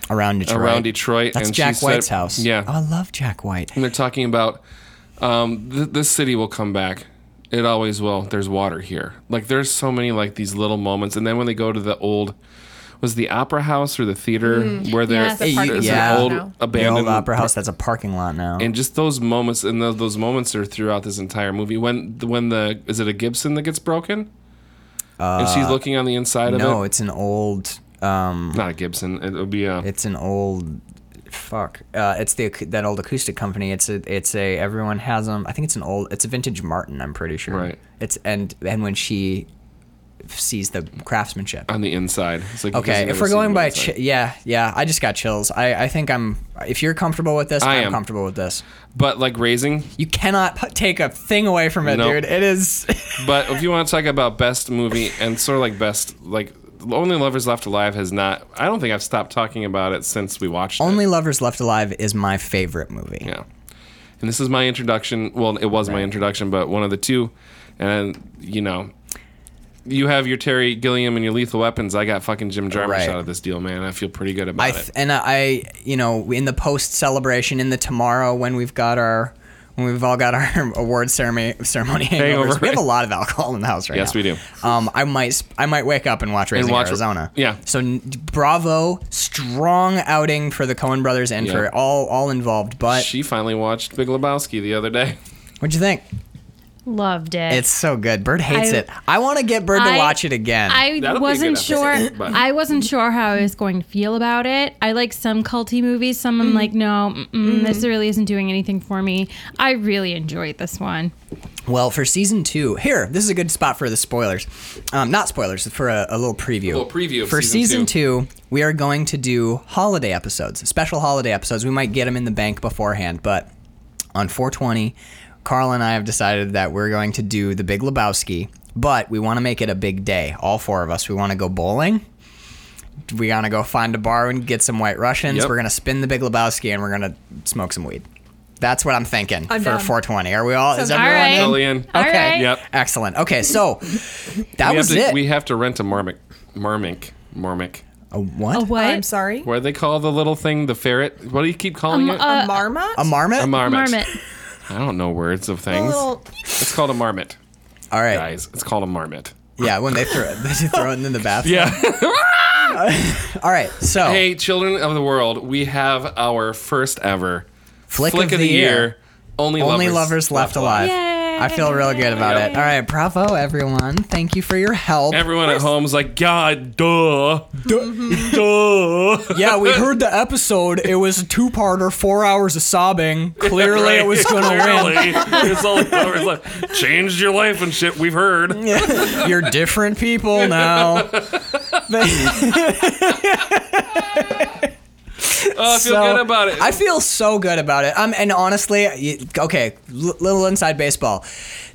around Detroit. around Detroit, That's and Jack she said- White's house. Yeah, Oh, I love Jack White. and they're talking about um, th- this city will come back. It always will. There's water here. Like there's so many like these little moments, and then when they go to the old. Was the opera house or the theater where there's, Mm. Yes. The parking there's lot an old now. The abandoned old opera house that's a parking lot now. and just those moments and those, those moments are throughout this entire movie when when the is it a gibson that gets broken and she's looking on the inside of Uh, no, it it's an old. Um, not a gibson it would be uh, a it's an old. Fuck. Uh, it's the ac- that old acoustic company. It's a. It's a. Everyone has them. I think it's an old. It's a vintage Martin. I'm pretty sure. Right. It's and and when she sees the craftsmanship. on the inside it's like you guys Okay, have if never we're seen going the by, inside. chi- yeah, yeah, I just got chills. I, I think I'm. If you're comfortable with this, I I'm am. comfortable with this. but like raising You cannot pu- take a thing away from it, Nope. dude. It is. but if you want to talk about best movie and sort of like best like only lovers left alive has not i don't think i've stopped talking about it since we watched it. Only Lovers Left Alive is my favorite movie. Yeah. And this is my introduction. Well, it was my introduction, but one of the two. And, you know, you have your Terry Gilliam and your Lethal Weapons. I got fucking Jim Jarmusch Right. out of this deal, man. I feel pretty good about I th- it. and I, you know, in the post celebration, in the tomorrow when we've got our, when we've all got our award ceremony ceremony hangovers, Hangover. we have a lot of alcohol in the house right Yes, now. we do. Um, I might sp- I might wake up and watch Raising watch- Arizona. yeah. So n- bravo, strong outing for the Coen Brothers and Yeah. for all all involved. But She finally watched Big Lebowski the other day. what'd you think? Loved it. It's so good. Bird hates I- it. I want to get Bird to I- watch it again. I That'll be a wasn't good sure. episode, but- I wasn't sure how I was going to feel about it. I like some culty movies. Some I'm like, no, mm-mm, this really isn't doing anything for me. I really enjoyed this one. Well, for season two, here, this is a good spot for the spoilers. Um, not spoilers, for a, a little preview. little preview of for season season two. we are going to do holiday episodes, special holiday episodes. We might get them in the bank beforehand, but on 420, Carl and I have decided that we're going to do the Big Lebowski, but we want to make it a big day. All four of us. We want to go bowling. We want to go find a bar and get some White Russians. Yep. We're going to spin the Big Lebowski and we're going to smoke some weed. That's what I'm thinking I'm for down. 420. Are we all? Is Sounds- everyone All right. in? Totally in. All Okay. right. Yep. Excellent. Okay, so that we, was have to, it. we have to rent a marmot. Marmink. Marmink. a what? A what? I'm sorry. What do they call the little thing? The ferret? What do you keep calling it? a marmot? A marmot? a marmot. Marmot. I don't know words of A things. little, It's called a marmot, All right. guys. It's called a marmot. Yeah, when they throw it, they throw it in the bathroom. Yeah. All right. So, Hey, children of the world, we have our first ever flick, of, the, year. Only, Only lovers, lovers left alive. Yay. I feel real good about Yep. it. All right, bravo everyone. Thank you for your help. Everyone at home's like, God, duh, duh. yeah, we heard the episode. It was a two-parter, 4 hours of sobbing. Clearly Right. it was going to win. Clearly, it's only lovers left. Changed your life and shit. We've heard. You're different people now. Oh, I feel So, good about it. I feel so good about it. Um, and honestly, you- okay, l- little inside baseball.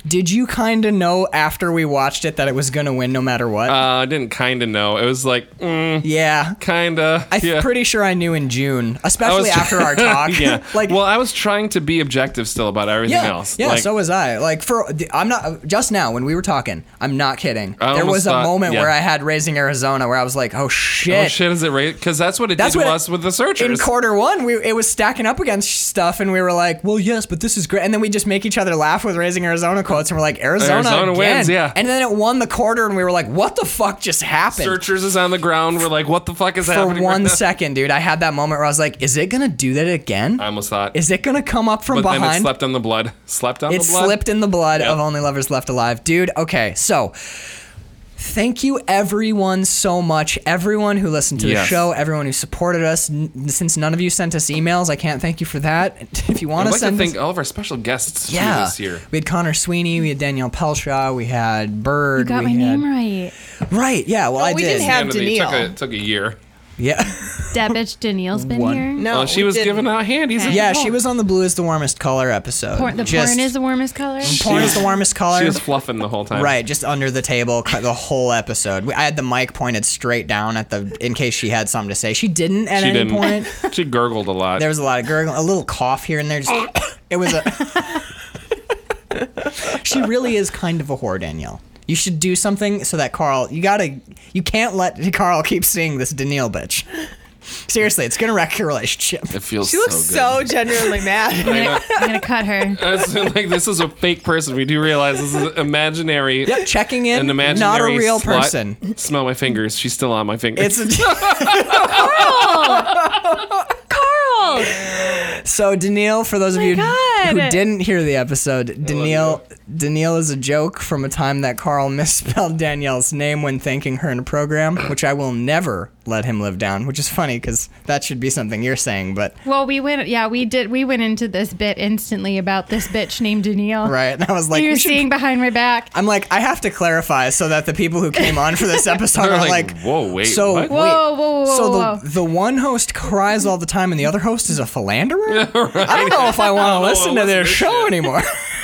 Did you kind of know after we watched it that it was gonna win no matter what? uh, I didn't kind of know. It was like, mm, yeah. kind of. I'm pretty sure I knew in June, especially after our talk. yeah. like, well, I was trying to be objective still about everything yeah, else. yeah. Like, oh, so was I. Like, for I'm not just now when we were talking. I'm not kidding. I there almost was a thought- moment yeah. where I had raising Arizona, where I was like, oh shit. oh shit, is it right? Because that's what it That's did to what- us with the searchers. was- quarter one, we it was stacking up against stuff, and we were like, "Well, yes, but this is great." And then we just make each other laugh with raising Arizona quotes, and we're like, "Arizona, Arizona again. wins, yeah. And then it won the quarter, and we were like, "What the fuck just happened?" Searchers is on the ground. We're like, what the fuck is For happening? one right now? second, dude, I had that moment where I was like, "Is it gonna do that again? I almost thought. Is it gonna come up from but behind?" then it slept on the blood. Slept on It the blood. slipped in the blood Yep. of Only Lovers Left Alive. Dude, okay, so thank you everyone so much. Everyone who listened to the Yes. show, everyone who supported us. N- since none of you sent us emails, I can't thank you for that. If you want to I'd like to send thank us, all of our special guests yeah. yeah. this year. We had Connor Sweeney, we had Danielle Pelshaw, we had Bird. You got we my had, name right. Right, yeah, well, I we did. didn't have- End of the- it took a, Danielle. it took a year. yeah. That bitch Danielle's been One. here. No, well, Oh, she we was didn't. giving out handies. Okay. yeah, she was on the Blue is the Warmest Color episode. Por- the Just- porn is the warmest color. Porn is the warmest color. She was fluffing the whole time. Right, Right. just under the table, cut the whole episode. We- I had the mic pointed straight down at the in case she had something to say. She didn't at She any didn't. point. She gurgled a lot. There was a lot of gurgling, a little cough here and there. Just, it was a. she really is kind of a whore, Danielle. You should do something so that Carl. You gotta. You can't let Carl keep seeing this Danielle bitch. Seriously, it's gonna wreck your relationship. it feels She looks so, genuinely mad. I'm gonna, I'm gonna cut her. It's like this is a fake person. We do realize this is imaginary. Yep, checking in, An imaginary not a real slut. person. Smell my fingers. She's still on my fingers. It's a. Carl! So Danielle, for those of you God. who didn't hear the episode, Danielle Danielle is a joke from a time that Carl misspelled Danielle's name when thanking her in a program, which I will never let him live down. Which is funny because that should be something you're saying, but Well, we went. Yeah, we did. We went into this bit instantly about this bitch named Danielle. right? And I was like, You're we should- seeing behind my back. I'm like, I have to clarify so that the people who came on for this episode They're are like, like, "Whoa, wait, so what?" wait." Whoa, whoa, whoa, so whoa, the the one host cries all the time and the other host is a philanderer. I don't know if I want to listen to listen their to this show shit. anymore.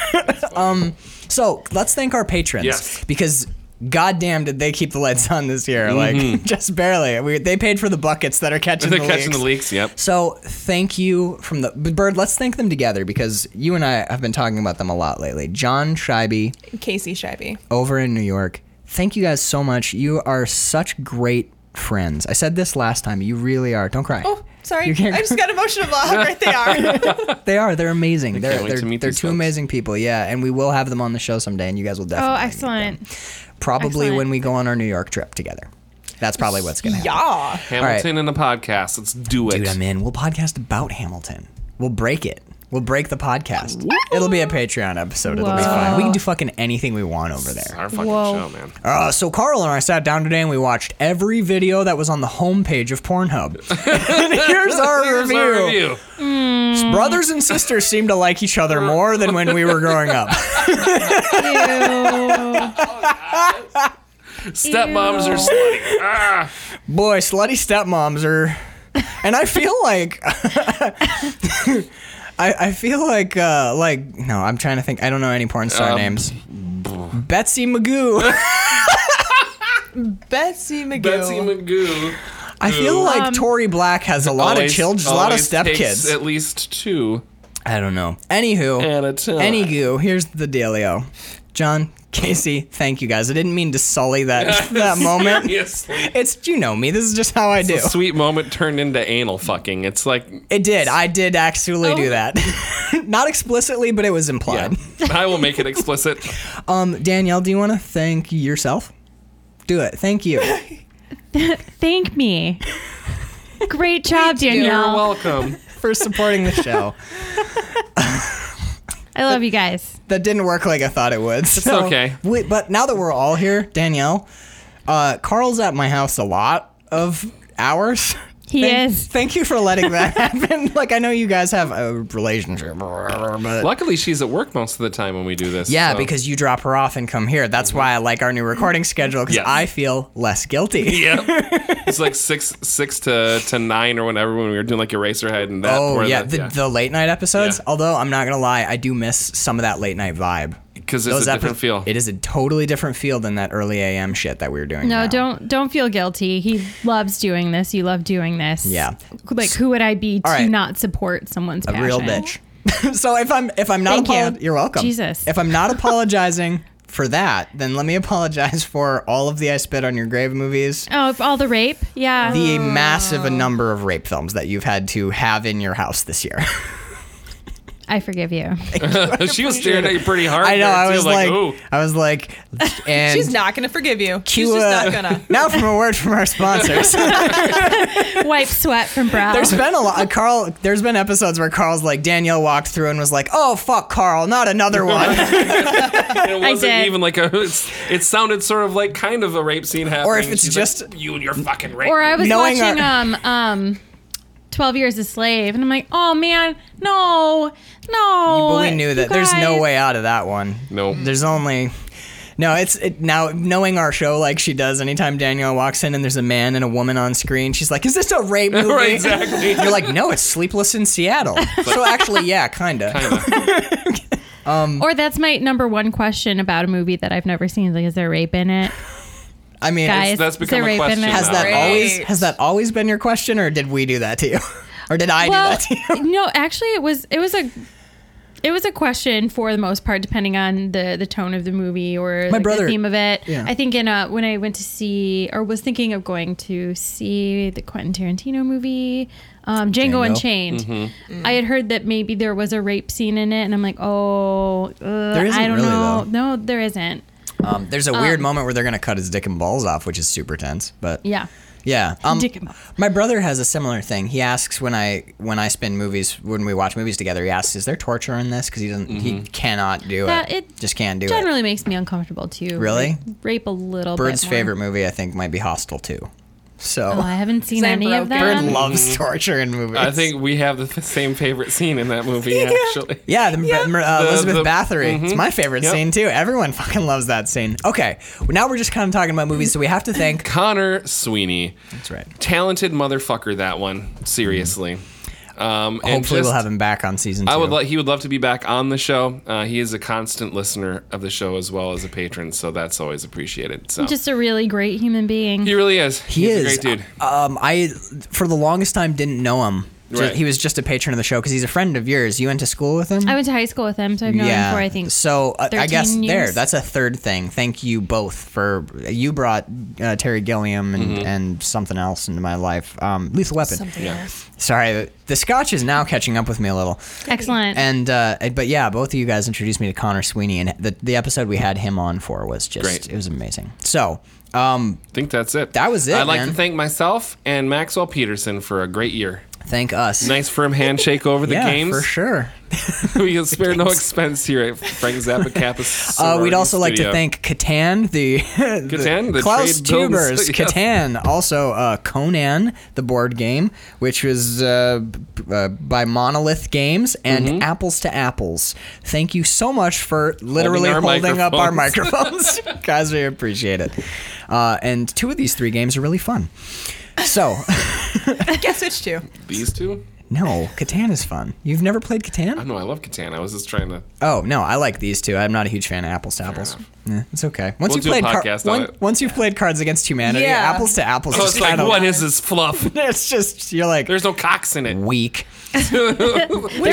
um, so let's thank our patrons Yes. because. Goddamn, did they keep the lights on this year? Like just barely. We, they paid for the buckets that are catching Mm-hmm. They're the catching leaks. the leaks. Yep. So thank you from the but Bird. Let's thank them together because you and I have been talking about them a lot lately. John Scheibe, Casey Shibe. over in New York. Thank you guys so much. You are such great friends. I said this last time. You really are. Don't cry. Oh, sorry. I You can't- just got emotional about how great they are. They are. They're amazing. They're can't wait they're, to meet they're these two folks. amazing people. Yeah, and we will have them on the show someday, and you guys will Oh, definitely excellent. probably excellent. when we go on our New York trip together. That's probably what's gonna happen. yeah. Hamilton in a podcast. Let's do it. Dude, I'm in. We'll podcast about Hamilton. We'll break it. We'll break the podcast. It'll be a Patreon episode. It'll be fun. We can do fucking anything we want over there. Our fucking Whoa. show, man. Uh, so Carl and I sat down today and we watched every video that was on the homepage of Pornhub. Here's our Here's review. Mm. our review. Brothers and sisters seem to like each other more than when we were growing up. Ew. Stepmoms are slutty. Ah. Boy, slutty stepmoms are, and I feel like. I, I feel like uh, like no, I'm trying to think. I don't know any porn star Um, names. Betsy Magoo. Betsy McGill. Betsy McGoo. I feel like Um, Tori Black has a lot always- of children, a lot of always takes stepkids. At least two. I don't know. Anywho, At a time. anywho, here's the dealio. John, Casey, thank you guys. I didn't mean to sully that that moment. Seriously. It's you know me. This is just how I do. The sweet moment turned into anal fucking. It's like It did. I did actually do that. Not explicitly, but it was Oh. yeah. implied. I will make it explicit. Um, Danielle, do you want to thank yourself? Do it. Thank you. Thank me. Great job, You're Danielle. welcome. For supporting the show. I love you guys. That didn't work like I thought it would. It's okay. but now that we're all here, Danielle, uh, Carl's at my house a lot of hours. He Thank- is. Thank you for letting that happen. Like I know you guys have a relationship, but Luckily, she's at work most of the time when we do this. yeah, so- because you drop her off and come here. That's why I like our new recording schedule because Yes. I feel less guilty. Yep. it's like six six to, to nine or whenever when we were doing like Eraserhead and that. Oh or yeah, that- the, the late night episodes. Yeah. Although I'm not gonna lie, I do miss some of that late night vibe. 'Cause it's a different feel. It is a totally different feel than that early AM shit that we were doing. No, now. don't don't feel guilty. He loves doing this. You love doing this. Yeah. Like who would I be to right. not support someone's a passion? real bitch. so if I'm if I'm not Thank you. apolo- are welcome. Jesus. If I'm not apologizing for that, then let me apologize for all of the I Spit on Your Grave movies. Oh, for all the rape. Yeah. The massive number of rape films that you've had to have in your house this year. I forgive you. she was staring at you pretty hard. I know. there, I too, was like, like, ooh. I was like, and She's not gonna forgive you. She's Cue just a- not gonna. now from a word from our sponsors. Wipe sweat from brow. There's been a lot. Carl, there's been episodes where Carl's like Danielle walked through and was like, "Oh fuck, Carl, not another one." It wasn't did. even like a. It's, it sounded sort of like kind of a rape scene happening. if it's She's like, just- you and your fucking rape. or I was knowing watching our- um um 12 Years a Slave and I'm like, "Oh man, no. No." but we knew that you there's no guys- way out of that one. No. There's only. No, it's it, now knowing our show like she does. Anytime Danielle walks in and there's a man and a woman on screen, she's like, "Is this a rape movie?" Right, exactly. You're like, "No, it's Sleepless in Seattle." so actually, yeah, kinda. Or that's my number one question about a movie that I've never seen. Like, is there rape in it? I mean, it's- Guys, that's is become there a rape question in it? now. has that Great. always has that always been your question, or did we do that to you, or did I do well, that to you? no, actually, it was it was a it was a question for the most part, depending on the the tone of the movie or like, brother- the theme of it. yeah. I think in uh when I went to see or was thinking of going to see the Quentin Tarantino movie, um, Django, Django. Mm-hmm. Unchained. Mm-hmm. I had heard that maybe there was a rape scene in it, and I'm like, oh, uh, There isn't I don't really, know. though. No, there isn't. Um, there's a weird moment where they're gonna cut his dick and balls off, which is super tense. But Yeah. yeah. Um, Dick and balls. my brother has a similar thing. He asks when I when I spin movies when we watch movies together. He asks, "Is there torture in this?" Because he doesn't he cannot do Yeah, it. it Just can't do it. Generally makes me uncomfortable too. Really? Like, rape a little. Bird's bit more. favorite movie I think might be Hostel too. So Oh, I haven't seen Same any of broken. that. Bird loves torture in movies. I think we have the th- same favorite scene in that movie, actually. Yeah, the, Uh, The- Elizabeth the- Mm-hmm. Bathory. It's my favorite Yep. scene too. Everyone fucking loves that scene. Okay, well, now we're just kind of talking about movies, so we have to thank. Connor Sweeney. That's right. Talented motherfucker, that one. Seriously. Um, and Hopefully, we'll just- have him back on season two. I would like he would love to be back on the show. Uh, he is a constant listener of the show as well as a patron, so that's always appreciated. So Just a really great human being. he really is. He He's is a great dude. Um, I for the longest time didn't know him. Ju- Right. He was just a patron of the show because he's a friend of yours. You went to school with him. I went to high school with him, so I've known him for I think so. uh, I guess 13 there. years. That's a third thing. Thank you both for you brought uh, Terry Gilliam and, Mm-hmm. and something else into my life. Um, Lethal Weapon. Sorry, the Scotch is now catching up with me a little. excellent. And uh, but yeah, both of you guys introduced me to Connor Sweeney, and the the episode we had him on for was just Great. it was amazing. So um, I think that's it. That was it, I'd like man. to thank myself and Maxwell Peterson for a great year. thank us. Nice firm handshake over the yeah, games. for sure. we can spare no expense here at Frank Zappa Kappa's. Uh, we'd sorority also like to studio. thank Catan, the, Catan, the Klaus trade building Tubers, studio. Catan, also uh, Conan, the board game, which was uh, b- uh, by Monolith Games, and Mm-hmm. Apples to Apples. Thank you so much for literally our holding, up our microphones, guys. We appreciate it. Uh, and two of these three games are really fun. So Guess which two? these two. no, Catan is fun. You've never played Catan? I know I love Catan. I was just trying to. Oh no, I like these two. I'm not a huge fan of apples to apples. Eh, it's okay. Once We'll you've do a played podcast on one- it. once you've played Cards Against Humanity, Yeah. apples to apples. I is was like, kinda- what is this fluff? It's just you're like There's no cocks in it. weak. there are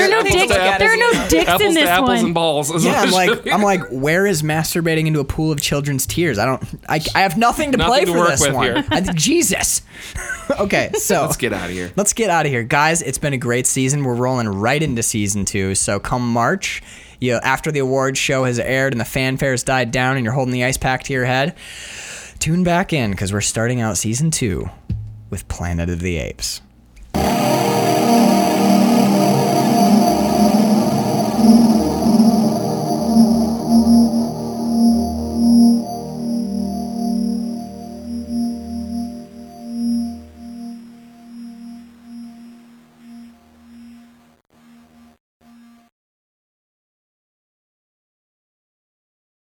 no Apples to dicks. apples. There are no dicks apples to in this apples one. and balls. is Yeah, what I'm it should like be. I'm like, where is masturbating into a pool of children's tears? I don't. I, I have nothing to Nothing play to for work this with one. here. I, Jesus. okay, so Let's get out of here. Let's get out of here, guys. It's been a great season. We're rolling right into season two. So come March, you after the awards show has aired and the fanfare has died down, and you're holding the ice pack to your head, tune back in because we're starting out season two with Planet of the Apes.